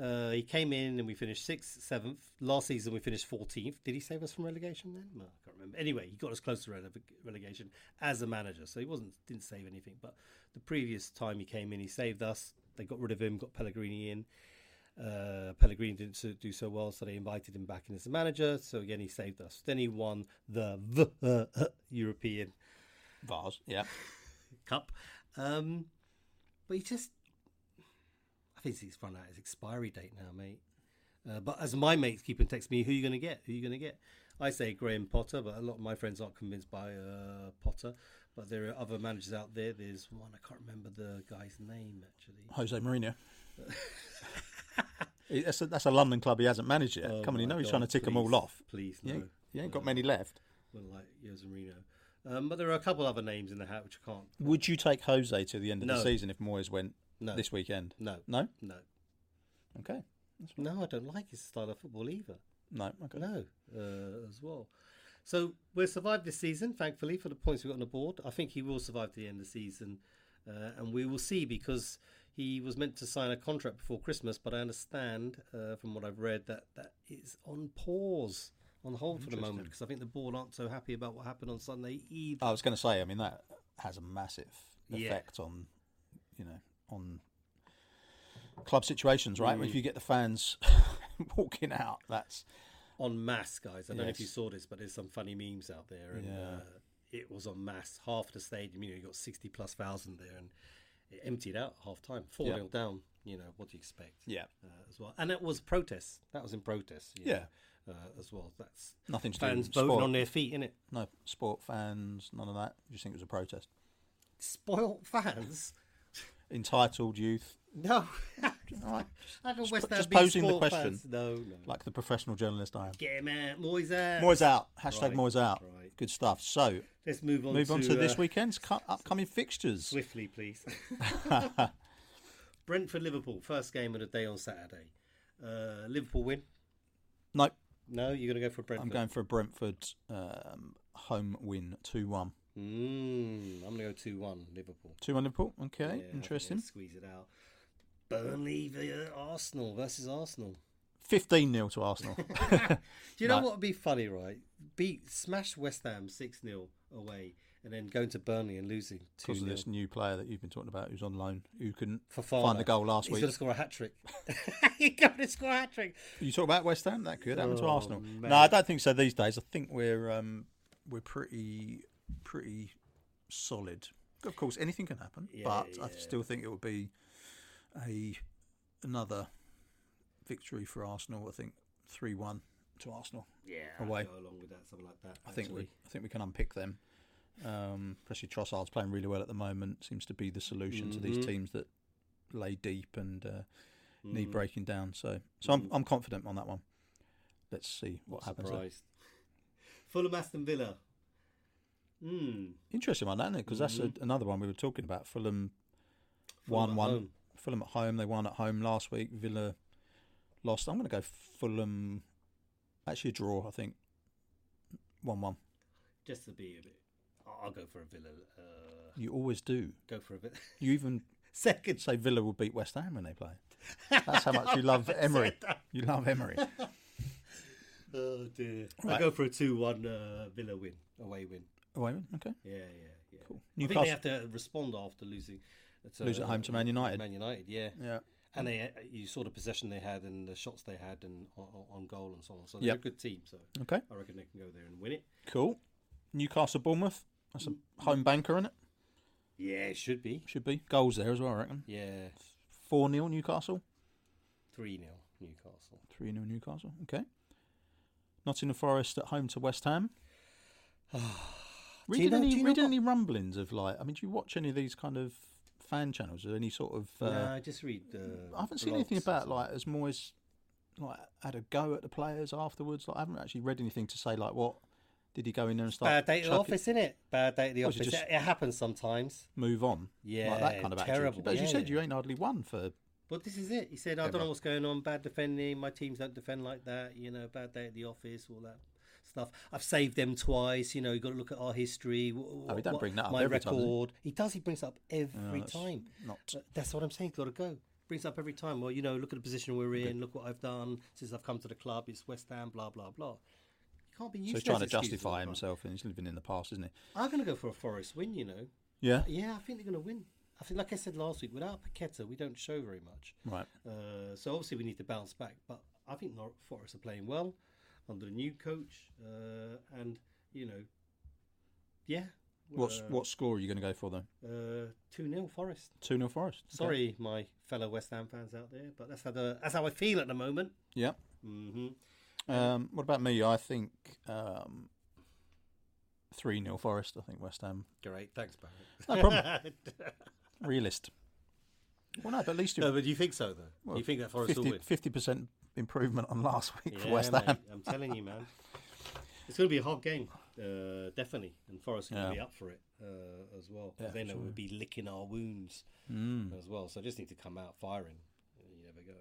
Speaker 2: Uh, he came in and we finished sixth, seventh. Last season we finished fourteenth. Did he save us from relegation then? No, I can't remember. Anyway, he got us close to rele- relegation as a manager, so he wasn't didn't save anything. But the previous time he came in, he saved us. They got rid of him, got Pellegrini in. Uh, Pellegrini didn't so- do so well, so they invited him back in as a manager. So again, he saved us. Then he won the v- uh, uh, European
Speaker 1: Vars. Yeah.
Speaker 2: cup. Um, but he just, I think he's run out his expiry date now, mate. Uh, but as my mates keep on texting me, who you going to get? Who you going to get? I say Graham Potter, but a lot of my friends aren't convinced by uh, Potter. But there are other managers out there. There's one I can't remember the guy's name actually.
Speaker 1: Jose
Speaker 2: <laughs>
Speaker 1: Mourinho. He- that's, a, that's a London club he hasn't managed yet.
Speaker 2: Oh
Speaker 1: Come on, you
Speaker 2: my
Speaker 1: know he's
Speaker 2: God,
Speaker 1: trying to tick them all
Speaker 2: please,
Speaker 1: off.
Speaker 2: Please,
Speaker 1: He
Speaker 2: no.
Speaker 1: ain't, he ain't got many left.
Speaker 2: Well, like Jose Marino. Um, but there are a couple other names in the hat which I can't.
Speaker 1: Would you take Jose to the end of the
Speaker 2: No.
Speaker 1: season if Moyes went
Speaker 2: No.
Speaker 1: this weekend?
Speaker 2: No,
Speaker 1: No.
Speaker 2: no,
Speaker 1: Okay.
Speaker 2: no. I don't like his style of football either.
Speaker 1: No. Okay.
Speaker 2: No, uh, as well. So we'll survive this season, thankfully, for the points we've got on the board. I think he will survive to the end of the season, uh, and we will see because he was meant to sign a contract before Christmas, but I understand uh, from what I've read that that is on pause, on hold for the moment, because I think the board aren't so happy about what happened on Sunday either.
Speaker 1: I was going to say. I mean, that has a massive
Speaker 2: Yeah.
Speaker 1: effect on, you know, on club situations, right? If
Speaker 2: Mm.
Speaker 1: you get the fans <laughs> walking out, that's
Speaker 2: on mass, guys. I don't know if you
Speaker 1: Yes.
Speaker 2: saw this, but there's some funny memes out there, and
Speaker 1: Yeah.
Speaker 2: uh, it was on mass. Half the stadium, you know, you got sixty plus thousand there, and it emptied out at half time, four
Speaker 1: Yeah.
Speaker 2: 0 down. You know what do you expect?
Speaker 1: Yeah.
Speaker 2: uh, as well. And it was protests. That was in protest. you
Speaker 1: Yeah.
Speaker 2: know, uh, as well. That's
Speaker 1: Nothing to do
Speaker 2: fans
Speaker 1: with
Speaker 2: voting
Speaker 1: sport.
Speaker 2: on their feet, innit?
Speaker 1: No sport fans, none of that. You just think it was a protest.
Speaker 2: Spoilt fans. <laughs>
Speaker 1: Entitled youth,
Speaker 2: No, <laughs>
Speaker 1: all right,
Speaker 2: I have a West
Speaker 1: po- just
Speaker 2: Ham being
Speaker 1: posing the
Speaker 2: spoilt
Speaker 1: question.
Speaker 2: Fans. No, no.
Speaker 1: like the professional journalist I am.
Speaker 2: Get him out, Moyes out.
Speaker 1: Moyes out. Hashtag
Speaker 2: Right,
Speaker 1: Moyes out.
Speaker 2: right.
Speaker 1: Good stuff. So
Speaker 2: Let's move on.
Speaker 1: move on to this
Speaker 2: uh,
Speaker 1: weekend's cu- upcoming fixtures.
Speaker 2: swiftly,
Speaker 1: <laughs>
Speaker 2: please. <laughs> Brentford, Liverpool, first game of the day on Saturday. Uh, Liverpool win.
Speaker 1: Nope.
Speaker 2: No, you're going to go for
Speaker 1: I'm
Speaker 2: Brentford.
Speaker 1: going for a Brentford um, home win 2 1.
Speaker 2: Mm, I'm going to go two one Liverpool.
Speaker 1: 2 1 Liverpool. Okay.
Speaker 2: Yeah, I think
Speaker 1: Interesting.
Speaker 2: they'll Squeeze it out. Burnley via Arsenal versus Arsenal.
Speaker 1: 15 0 to
Speaker 2: <laughs>
Speaker 1: Arsenal.
Speaker 2: Do you know
Speaker 1: No.
Speaker 2: what would be funny, right? Beat smash West Ham six 0 away, and then going to Burnley and losing two
Speaker 1: because of
Speaker 2: 0
Speaker 1: this new player that you've been talking about who's on loan, who couldn't
Speaker 2: for
Speaker 1: find the goal last
Speaker 2: He's
Speaker 1: week.
Speaker 2: going to score a hat trick. <laughs> He's going to score a hat trick.
Speaker 1: You talk about West Ham, that could happen to
Speaker 2: Oh,
Speaker 1: Arsenal.
Speaker 2: man.
Speaker 1: No, I don't think so these days. I think we're um, we're pretty pretty solid. Of course, anything can happen,
Speaker 2: Yeah,
Speaker 1: but I
Speaker 2: yeah.
Speaker 1: still think it would be a another victory for Arsenal. I think three one to Arsenal.
Speaker 2: Yeah,
Speaker 1: Away.
Speaker 2: I'd go along with that, something like that.
Speaker 1: I think we I think we can unpick them. Um, especially Trossard's playing really well at the moment. Seems to be the solution to these
Speaker 2: Mhm.
Speaker 1: teams that lay deep and uh,
Speaker 2: we
Speaker 1: need breaking down. So, so
Speaker 2: Mm-hmm.
Speaker 1: I'm I'm confident on that one. Let's see what happens. there.
Speaker 2: Surprised. Fulham, Aston Villa. Hmm.
Speaker 1: Interesting one, isn't it? Because that's a, another one we were talking about. Fulham
Speaker 2: Mm-hmm. Fulham
Speaker 1: won
Speaker 2: at
Speaker 1: one.
Speaker 2: home.
Speaker 1: Fulham at home. They won at home last week. Villa lost. I'm going to go Fulham. Actually, a draw. I think one one.
Speaker 2: Just to be a bit, I'll- I'll go for a Villa. Uh,
Speaker 1: You always do.
Speaker 2: go for a Villa. <laughs>
Speaker 1: You even
Speaker 2: Second.
Speaker 1: say Villa will beat West Ham when they play. That's how
Speaker 2: <laughs>
Speaker 1: much you love Emery. You love Emery.
Speaker 2: Oh dear.
Speaker 1: Right.
Speaker 2: I go for a two-one uh, Villa win, away win.
Speaker 1: Oh, wait a minute. Okay.
Speaker 2: Yeah, yeah, yeah.
Speaker 1: Cool.
Speaker 2: I think they
Speaker 1: Newcastle.
Speaker 2: have to respond after losing. To,
Speaker 1: Lose at home to Man United.
Speaker 2: Man United, yeah.
Speaker 1: Yeah.
Speaker 2: And they, uh, you saw the possession they had and the shots they had and on, on goal and so on. So they're
Speaker 1: Yep.
Speaker 2: a good team. So
Speaker 1: Okay.
Speaker 2: I reckon they can go there and win it.
Speaker 1: Cool. Newcastle Bournemouth. That's a home banker, isn't it?
Speaker 2: Yeah, it should be.
Speaker 1: Should be. Goals there as well, I reckon.
Speaker 2: Yeah,
Speaker 1: 4 0 Newcastle.
Speaker 2: three 0 Newcastle.
Speaker 1: 3 0 Newcastle. Okay. Nottingham Forest at home to West Ham.
Speaker 2: <sighs> Do you
Speaker 1: <sighs> reading
Speaker 2: know- do
Speaker 1: any,
Speaker 2: you know
Speaker 1: read
Speaker 2: what-
Speaker 1: any rumblings of like, I mean, do you watch any of these kind of fan channels or any sort of. Uh,
Speaker 2: Nah, just read. Uh,
Speaker 1: I haven't seen anything
Speaker 2: blogs and
Speaker 1: about
Speaker 2: so-
Speaker 1: like as Moyes like had a go at the players afterwards. Like I haven't actually read anything to say like what did he go in there and start
Speaker 2: bad day at the
Speaker 1: chucking-
Speaker 2: office, isn't it? Bad day at the
Speaker 1: What, you
Speaker 2: office.
Speaker 1: just-
Speaker 2: It, it happens sometimes.
Speaker 1: move on.
Speaker 2: Yeah,
Speaker 1: like that kind of
Speaker 2: terrible.
Speaker 1: attitude. But as you
Speaker 2: Yeah,
Speaker 1: said,
Speaker 2: yeah.
Speaker 1: you ain't hardly won for
Speaker 2: But this is it. He said, I don't know what's going on. Bad defending. My teams don't defend like that. You know, bad day at the office, all that stuff. I've saved them twice. You know, you've got to look at our history. Oh,
Speaker 1: he don't bring that up
Speaker 2: My
Speaker 1: every time, does he?
Speaker 2: record. he does. He brings it up every
Speaker 1: that's
Speaker 2: time.
Speaker 1: not.
Speaker 2: Th- That's what I'm saying. Got to go. Brings up every time. Well, you know, look at the position we're in. Look what I've done since I've come to the club. It's West Ham. Blah blah blah. You can't be
Speaker 1: So
Speaker 2: using.
Speaker 1: he's trying to
Speaker 2: those excuses all
Speaker 1: justify
Speaker 2: the time.
Speaker 1: himself, and he's living in the past, isn't he?
Speaker 2: I'm going to go for a Forest win. You know.
Speaker 1: Yeah.
Speaker 2: Yeah, I think they're going to win. I think, like I said last week, without Paqueta, we don't show very much.
Speaker 1: Right.
Speaker 2: Uh, so obviously we need to bounce back, but I think Nor- Forest are playing well under the new coach, uh, and you know, yeah.
Speaker 1: What's
Speaker 2: uh,
Speaker 1: what score are you going to go for though?
Speaker 2: uh, two 0 Forest?
Speaker 1: Two 0 Forest. Okay.
Speaker 2: Sorry, my fellow West Ham fans out there, but that's how the, that's how I feel at the moment.
Speaker 1: Yeah.
Speaker 2: Mm-hmm.
Speaker 1: Um, what about me? I think um, three 0 Forest. I think West Ham.
Speaker 2: Great, thanks, Barry.
Speaker 1: No problem. Realist. Well, no, but at least you
Speaker 2: <laughs> no, but you think so though? you think that Forest will win?
Speaker 1: 50 percent improvement on last week for
Speaker 2: Yeah,
Speaker 1: West
Speaker 2: mate,
Speaker 1: Ham.
Speaker 2: I'm telling you, man. It's going to be a hard game, uh, definitely, and Forest are going to
Speaker 1: Yeah.
Speaker 2: be up for it uh, as well. 'cause
Speaker 1: Yeah,
Speaker 2: they know
Speaker 1: sure.
Speaker 2: we'll be licking our wounds
Speaker 1: Mm.
Speaker 2: as well. So I just need to come out firing. You never go.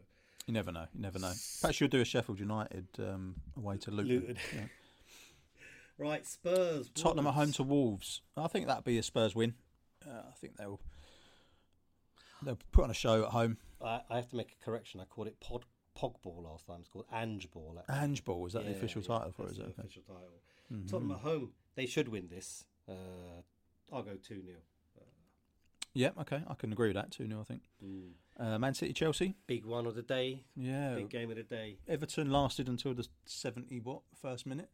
Speaker 1: You never know. You never know. Perhaps you'll do a Sheffield United um, away to Luton.
Speaker 2: Luton.
Speaker 1: Yeah.
Speaker 2: Right, Spurs.
Speaker 1: Tottenham at home
Speaker 2: Wolves.
Speaker 1: to Wolves. I think that'd be a Spurs win. Uh, I think they'll they'll put on a show at home.
Speaker 2: I, I have to make a correction. I called it Pod Pogball last time. It's called Ange Ball. actually.
Speaker 1: Ange Ball Ah, is that the
Speaker 2: Yeah,
Speaker 1: official
Speaker 2: yeah,
Speaker 1: title for it?
Speaker 2: that's
Speaker 1: Is it?
Speaker 2: the
Speaker 1: Okay. Mm-hmm. Mm.
Speaker 2: official title. Tottenham at home. They should win this. Uh, I'll go 2 0.
Speaker 1: Yep. Okay. I can agree with that too. No, I think. Uh, Man City Chelsea.
Speaker 2: Big one of the day.
Speaker 1: Yeah.
Speaker 2: Big game of the day.
Speaker 1: Everton lasted until the seventy what first minute.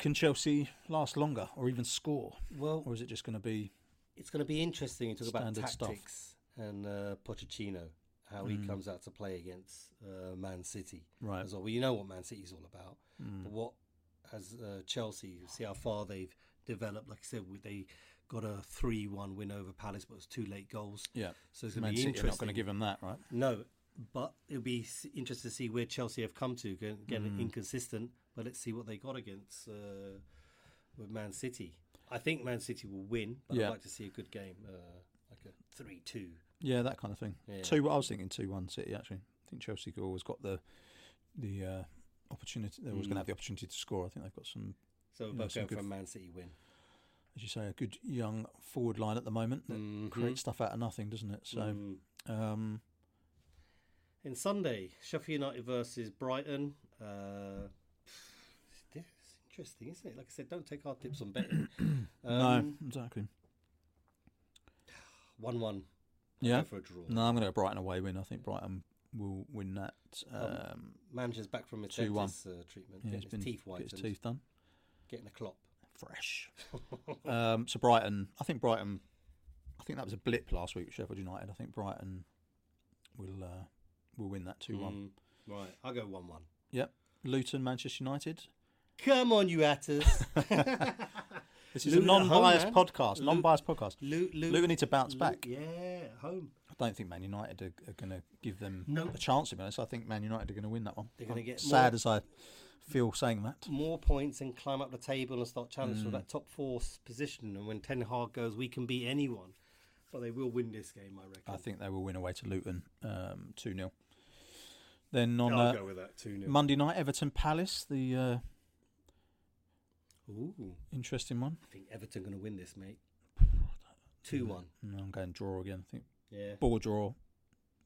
Speaker 1: Can Chelsea last longer or even score?
Speaker 2: Well,
Speaker 1: Or is it just going to be.
Speaker 2: it's going to be interesting to talk about
Speaker 1: Standard stuff. Hmm.
Speaker 2: tactics and uh, Pochettino, how he comes out to play against uh, Man City.
Speaker 1: Right. Hmm.
Speaker 2: As well. well, you know what Man City is all about. But what as uh, Chelsea, you see how far they've developed. Like I said, we- they got a three-one win over Palace, but it was two late goals.
Speaker 1: Yeah.
Speaker 2: So it's going
Speaker 1: Man
Speaker 2: to be
Speaker 1: City are not going to
Speaker 2: interesting.
Speaker 1: give them that, right?
Speaker 2: No, but it'll be s- interesting to see where Chelsea have come to. Again, again,
Speaker 1: Mm.
Speaker 2: inconsistent, but let's see what they got against uh, with Man City. I think Man City will win, but
Speaker 1: Yeah.
Speaker 2: I'd like to see a good game, uh, like a three-two.
Speaker 1: Yeah, that kind of thing.
Speaker 2: Yeah.
Speaker 1: Two. I was thinking two-one City actually. I think Chelsea have always got the the uh, opportunity. They're always going to have the opportunity to score. I think they've got some,
Speaker 2: So we're
Speaker 1: Yeah,
Speaker 2: both
Speaker 1: some
Speaker 2: going for
Speaker 1: good
Speaker 2: a Man City win.
Speaker 1: as you say, a good young forward line at the moment that creates stuff out of nothing, doesn't it? So,
Speaker 2: Mm-hmm. Mm.
Speaker 1: um,
Speaker 2: In Sunday, Sheffield United versus Brighton. Uh, it's interesting, isn't it? Like I said, don't take our tips on betting.
Speaker 1: <coughs>
Speaker 2: Um,
Speaker 1: no, exactly.
Speaker 2: one-one.
Speaker 1: Yeah.
Speaker 2: go for a draw.
Speaker 1: No, I'm going to go Brighton away win. I think Brighton will win that. Um,
Speaker 2: Manager's back from his
Speaker 1: 2-1.
Speaker 2: dentist uh, treatment,
Speaker 1: yeah,
Speaker 2: getting
Speaker 1: he's
Speaker 2: his
Speaker 1: been
Speaker 2: teeth
Speaker 1: get his
Speaker 2: whitened,
Speaker 1: teeth done.
Speaker 2: getting a clop.
Speaker 1: fresh. um, so Brighton, I think Brighton, I think that was a blip last week. with Sheffield United. I think Brighton will uh, will win that two one.
Speaker 2: Mm, Right, I'll go 1 1.
Speaker 1: Yep. Luton, Manchester United.
Speaker 2: Come on, you
Speaker 1: <laughs>
Speaker 2: Atters.
Speaker 1: This is
Speaker 2: Luton
Speaker 1: a
Speaker 2: at home,
Speaker 1: non-biased
Speaker 2: man.
Speaker 1: podcast. non-biased podcast.
Speaker 2: Lu- Lu-
Speaker 1: Luton need to bounce
Speaker 2: Lu-
Speaker 1: back.
Speaker 2: Yeah, at home.
Speaker 1: I don't think Man United are, are going to give them
Speaker 2: No.
Speaker 1: a chance. To be honest, I think Man United are going to win that one.
Speaker 2: They're gonna
Speaker 1: I'm
Speaker 2: get
Speaker 1: sad
Speaker 2: more- Mm.
Speaker 1: as I feel saying that.
Speaker 2: More points and climb up the table and start challenging
Speaker 1: Mm.
Speaker 2: for that top four s- position. And when Ten Hag goes, we can beat anyone. But they will win this game, I reckon.
Speaker 1: I think they will win away to Luton um, two 0 Then on
Speaker 2: I'll
Speaker 1: uh,
Speaker 2: go with that 2 0.
Speaker 1: Monday night, Everton Palace, the uh,
Speaker 2: Ooh,
Speaker 1: interesting one.
Speaker 2: I think Everton going to win this, mate. 2 1.
Speaker 1: No, I'm going draw again. I think
Speaker 2: Yeah.
Speaker 1: Poor draw.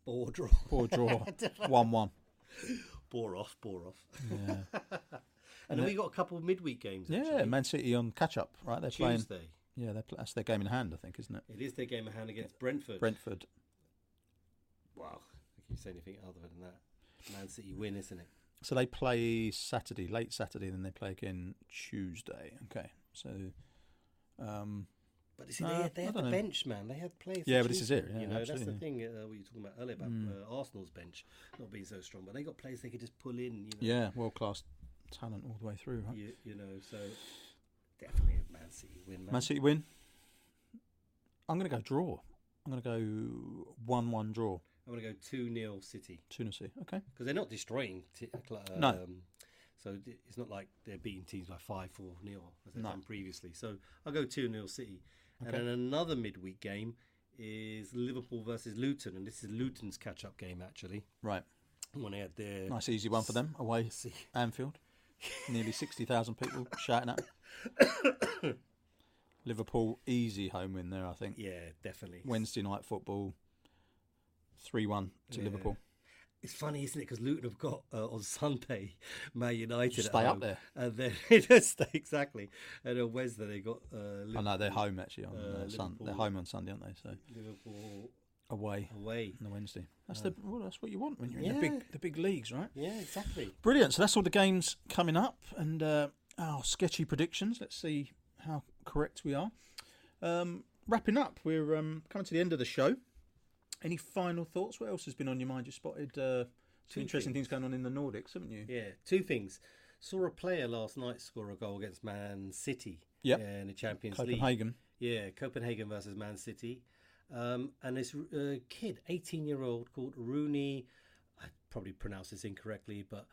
Speaker 2: Bore draw.
Speaker 1: Poor draw. one one.
Speaker 2: Bore off, bore off.
Speaker 1: Yeah.
Speaker 2: And then we got a couple of midweek games.
Speaker 1: yeah.
Speaker 2: actually.
Speaker 1: Man City on catch up, right? They're playing.
Speaker 2: Tuesday.
Speaker 1: Yeah, they're, pl- that's their game in hand, I think, isn't it?
Speaker 2: It is their game of hand against Brentford.
Speaker 1: Brentford.
Speaker 2: Wow. I can you say anything other than that? Man City win, isn't it?
Speaker 1: So they play Saturday, late Saturday, then they play again Tuesday. Okay. So. Um,
Speaker 2: But you see,
Speaker 1: No,
Speaker 2: they, they
Speaker 1: I
Speaker 2: have the
Speaker 1: don't know.
Speaker 2: bench, man. They have players. to
Speaker 1: Yeah, but this is
Speaker 2: choose
Speaker 1: it,
Speaker 2: from,
Speaker 1: yeah, Hmm.
Speaker 2: you know, that's the
Speaker 1: absolutely.
Speaker 2: thing uh, we were talking about earlier about uh, Arsenal's bench not being so strong, but they got players they could just pull in. You know,
Speaker 1: yeah, world class talent all the way through, right?
Speaker 2: you, you know. So definitely a Man City win, man.
Speaker 1: Man City win. I'm going to go draw. I'm going to go 1 1 draw.
Speaker 2: I'm gonna go two 0 City
Speaker 1: Tuna City. Okay.
Speaker 2: because they're not destroying. T- cl- uh,
Speaker 1: No.
Speaker 2: Um, so d- it's not like they're beating teams by five, four nil as they've
Speaker 1: No.
Speaker 2: done previously. So I'll go two 0 City, and then another midweek game is Liverpool versus Luton, and this is Luton's catch-up game actually
Speaker 1: Right.
Speaker 2: when they had their
Speaker 1: Nice easy one for them away
Speaker 2: See.
Speaker 1: Anfield. Nearly 60,000
Speaker 2: <coughs>
Speaker 1: people shouting at 'em. Liverpool easy home win there, I think.
Speaker 2: Yeah, definitely.
Speaker 1: Wednesday night football 3-1 to Liverpool.
Speaker 2: It's funny, isn't it? Because Luton have got uh, on Sunday <laughs> Man United. at
Speaker 1: Stay up
Speaker 2: home,
Speaker 1: there.
Speaker 2: and then <laughs> just exactly. And on Wednesday they got uh, Liverpool,
Speaker 1: I know they're home actually on uh, Sun. They're
Speaker 2: Liverpool.
Speaker 1: home on Sunday, aren't they? So
Speaker 2: Liverpool
Speaker 1: away
Speaker 2: away. Uh,
Speaker 1: on the Wednesday. That's the well, that's what you want when you're in
Speaker 2: Yeah.
Speaker 1: the big the big leagues, right?
Speaker 2: Yeah, exactly.
Speaker 1: Brilliant. So that's all the games coming up and uh, our sketchy predictions. Let's see how correct we are. Um, wrapping up, we're um, coming to the end of the show. Any final thoughts? What else has been on your mind? You spotted uh, some interesting things. going on in the Nordics, haven't you?
Speaker 2: Yeah, two things. Saw a player last night score a goal against Man City.
Speaker 1: Yep.
Speaker 2: in the Champions League.
Speaker 1: Copenhagen.
Speaker 2: Yeah, Copenhagen versus Man City. Um, and this uh, kid, 18 year old, called Rooney, I probably pronounced this incorrectly, but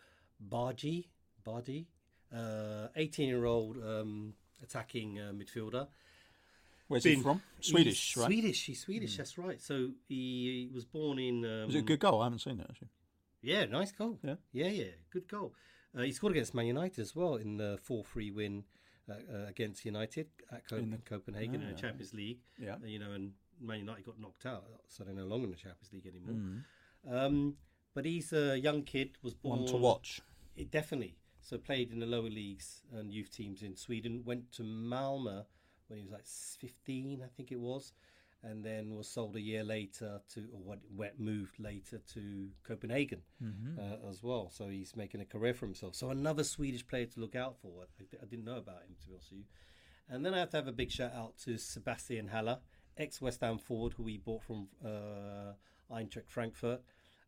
Speaker 2: Bargi, Bardi, 18 year old um, attacking uh, midfielder.
Speaker 1: Where's he
Speaker 2: Been-
Speaker 1: from? Swedish,
Speaker 2: He's
Speaker 1: right? Hmm.
Speaker 2: Swedish, he's Swedish, that's right. So he was born in. Um,
Speaker 1: Was it a good goal? I haven't seen it actually.
Speaker 2: yeah, nice goal.
Speaker 1: Yeah.
Speaker 2: yeah, yeah, good goal. Uh, he scored against Man United as well in the four-three win uh, uh, against United at Co- Copenhagen in the Champions League.
Speaker 1: Ah, Yeah.
Speaker 2: Uh, you know, and Man United got knocked out, so they're no longer in the Champions League anymore. Um, but he's a young kid, was born
Speaker 1: Mm. One to watch.
Speaker 2: it definitely. So played in the lower leagues and youth teams in Sweden. Went to Malmö when he was like 15, I think it was, and then was sold a year later to, or what, what moved later to Copenhagen
Speaker 1: Mm-hmm.
Speaker 2: uh, as well. So he's making a career for himself. So another Swedish player to look out for. I, I didn't know about him, to be honest with you. And then I have to have a big shout out to Sebastian Haller, ex West Ham forward, who we bought from uh, Eintracht Frankfurt.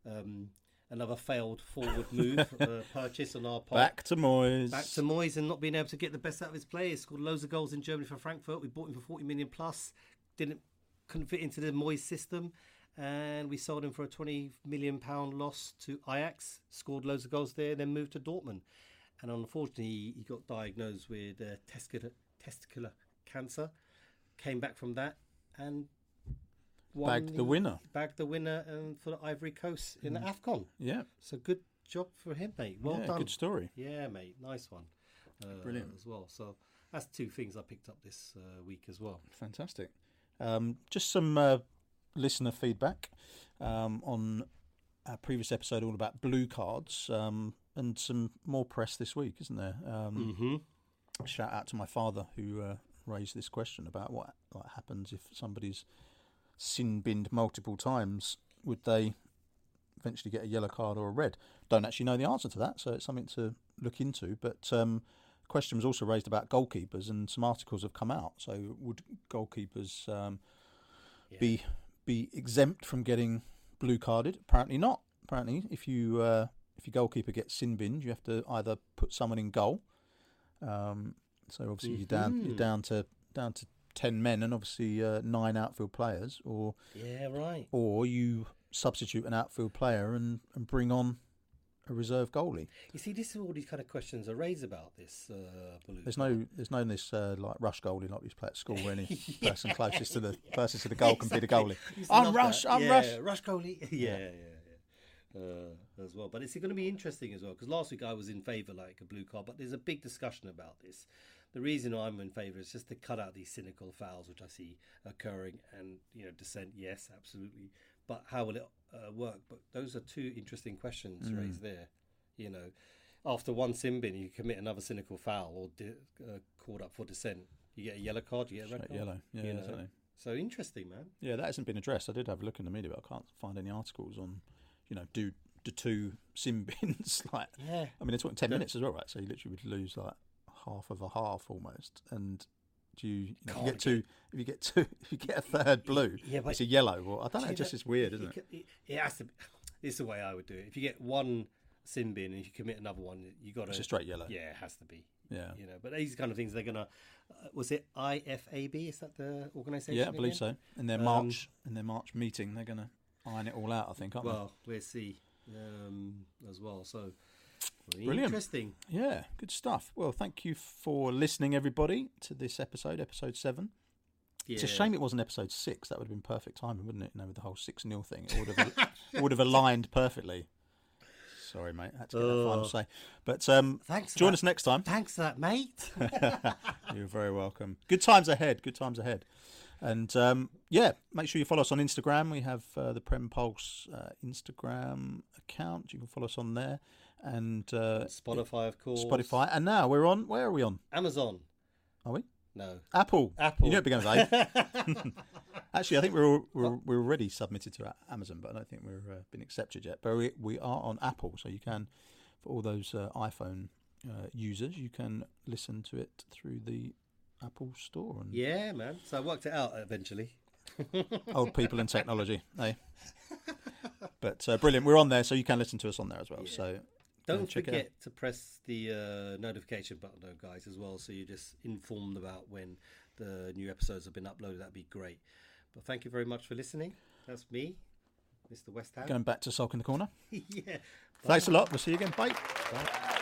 Speaker 2: Um, another failed forward move, uh, purchase on our part.
Speaker 1: Back to Moyes.
Speaker 2: Back to Moyes and not being able to get the best out of his players. Scored loads of goals in Germany for Frankfurt. We bought him for 40 million plus. Didn't couldn't fit into the Moyes system. And we sold him for a 20 million pound loss to Ajax. Scored loads of goals there, then moved to Dortmund. And unfortunately, he he got diagnosed with uh, testicular, testicular cancer. Came back from that and won
Speaker 1: Bagged the winner.
Speaker 2: bagged the winner um, for the Ivory Coast in the AFCON.
Speaker 1: Yeah.
Speaker 2: So good job for him, mate. Well
Speaker 1: yeah,
Speaker 2: done.
Speaker 1: Good story.
Speaker 2: Yeah, mate, nice one. Uh,
Speaker 1: Brilliant.
Speaker 2: as well. So that's two things I picked up this uh, week as well.
Speaker 1: Fantastic. Um, just some uh, listener feedback um, on our previous episode, all about blue cards, um, and some more press this week, isn't there? Um,
Speaker 2: Mm-hmm.
Speaker 1: Shout out to my father who uh, raised this question about what, what happens if somebody's sin binned multiple times. Would they eventually get a yellow card or a red? Don't actually know the answer to that, so it's something to look into. But um, question was also raised about goalkeepers, and some articles have come out. So would goalkeepers um, be be exempt from getting blue carded? Apparently not. Apparently, if you uh, if your goalkeeper gets sin binned, you have to either put someone in goal. Um, so obviously you're down you're
Speaker 2: Mhm.
Speaker 1: down to down to ten men, and obviously uh, nine outfield players, or
Speaker 2: Yeah, right.
Speaker 1: or you substitute an outfield player and, and bring on a reserve goalie.
Speaker 2: You see, this is all these kind of questions are raised about this. Uh, blue
Speaker 1: There's
Speaker 2: card.
Speaker 1: no there's no this uh, like rush goalie like we used to play at school where
Speaker 2: <laughs>
Speaker 1: any person closest to the person to the goal can be the
Speaker 2: Exactly.
Speaker 1: goalie.
Speaker 2: Used to
Speaker 1: I'm
Speaker 2: love
Speaker 1: rush,
Speaker 2: that.
Speaker 1: I'm
Speaker 2: yeah,
Speaker 1: rush. <laughs>
Speaker 2: rush goalie. yeah,
Speaker 1: Yeah.
Speaker 2: yeah, yeah. Uh, as well, but it's going to be interesting as well because last week I was in favour like a blue card, but there's a big discussion about this. The reason I'm in favour is just to cut out these cynical fouls which I see occurring, and you know dissent, yes, absolutely, but how will it uh, work? But those are two interesting questions
Speaker 1: Mm.
Speaker 2: raised there. You know, after one sin bin, you commit another cynical foul or di- uh, called up for dissent, you get a yellow card, you get a red
Speaker 1: Straight
Speaker 2: card,
Speaker 1: yellow. Yeah,
Speaker 2: you know.
Speaker 1: exactly.
Speaker 2: So interesting, man.
Speaker 1: Yeah, that hasn't been addressed. I did have a look in the media, but I can't find any articles on, you know, do the two <laughs> sim bins. like,
Speaker 2: Yeah.
Speaker 1: I mean, they're talking ten
Speaker 2: Yeah.
Speaker 1: minutes as well, right? So you literally would lose like half of a half almost. And do you, you, know, if you
Speaker 2: Can't
Speaker 1: get two? If you get two, <laughs> if you get a third blue,
Speaker 2: Yeah, but
Speaker 1: it's a yellow. Or I don't know.
Speaker 2: you
Speaker 1: It just
Speaker 2: know,
Speaker 1: is weird, isn't
Speaker 2: it,
Speaker 1: it?
Speaker 2: c- it, it has to. Be, this is the way I would do it. If you get one sin bin and you commit another one, you got to.
Speaker 1: It's a straight yellow.
Speaker 2: Yeah, it has to be.
Speaker 1: Yeah.
Speaker 2: You know, but these kind of things they're gonna. Uh, was it IFAB? Is that the organisation?
Speaker 1: Yeah, I believe
Speaker 2: again?
Speaker 1: so. In their
Speaker 2: Um,
Speaker 1: March, in their March meeting, they're going to iron it all out. I think, aren't
Speaker 2: Well, we'll see um, as well. So really
Speaker 1: Brilliant.
Speaker 2: interesting.
Speaker 1: they? Yeah, good stuff. Well, thank you for listening, everybody, to this episode, episode seven.
Speaker 2: Yeah.
Speaker 1: It's a shame it wasn't episode six. That would have been perfect timing, wouldn't it? You know, with the whole six 0 thing, it would
Speaker 2: <laughs>
Speaker 1: have it would have aligned perfectly. Sorry, mate. I had to get that final
Speaker 2: Oh.
Speaker 1: say. But um,
Speaker 2: Thanks. for
Speaker 1: join
Speaker 2: that.
Speaker 1: us next
Speaker 2: <laughs>
Speaker 1: time.
Speaker 2: Thanks for
Speaker 1: <laughs>
Speaker 2: that, mate.
Speaker 1: You're very welcome. Good times ahead. Good times ahead. And um, yeah, make sure you follow us on Instagram. We have uh, the Prem Pulse uh, Instagram account. You can follow us on there and uh,
Speaker 2: Spotify, of course.
Speaker 1: Spotify. And now we're on. Where are we on?
Speaker 2: Amazon.
Speaker 1: Are we?
Speaker 2: No.
Speaker 1: Apple.
Speaker 2: Apple.
Speaker 1: You know, began to say.
Speaker 2: <laughs>
Speaker 1: Actually, I think we're, all, we're we're already submitted to A- Amazon, but I don't think we've uh, been accepted yet. But we we are on Apple, so you can for all those uh, iPhone uh, users, you can listen to it through the Apple Store and
Speaker 2: Yeah, man. So I worked it out eventually.
Speaker 1: old people and
Speaker 2: <laughs>
Speaker 1: technology. Eh? But uh, brilliant, we're on there, so you can listen to us on there as well.
Speaker 2: Yeah.
Speaker 1: So
Speaker 2: Don't
Speaker 1: Yeah, check it out.
Speaker 2: forget to press the uh, notification button, though, guys, as well, so you're just informed about when the new episodes have been uploaded. That'd be great. But thank you very much for listening. That's me, Mr. West Ham.
Speaker 1: going back to Sulk in the Corner.
Speaker 2: <laughs> yeah.
Speaker 1: Thanks a lot. We'll see you again. Bye.
Speaker 2: Bye.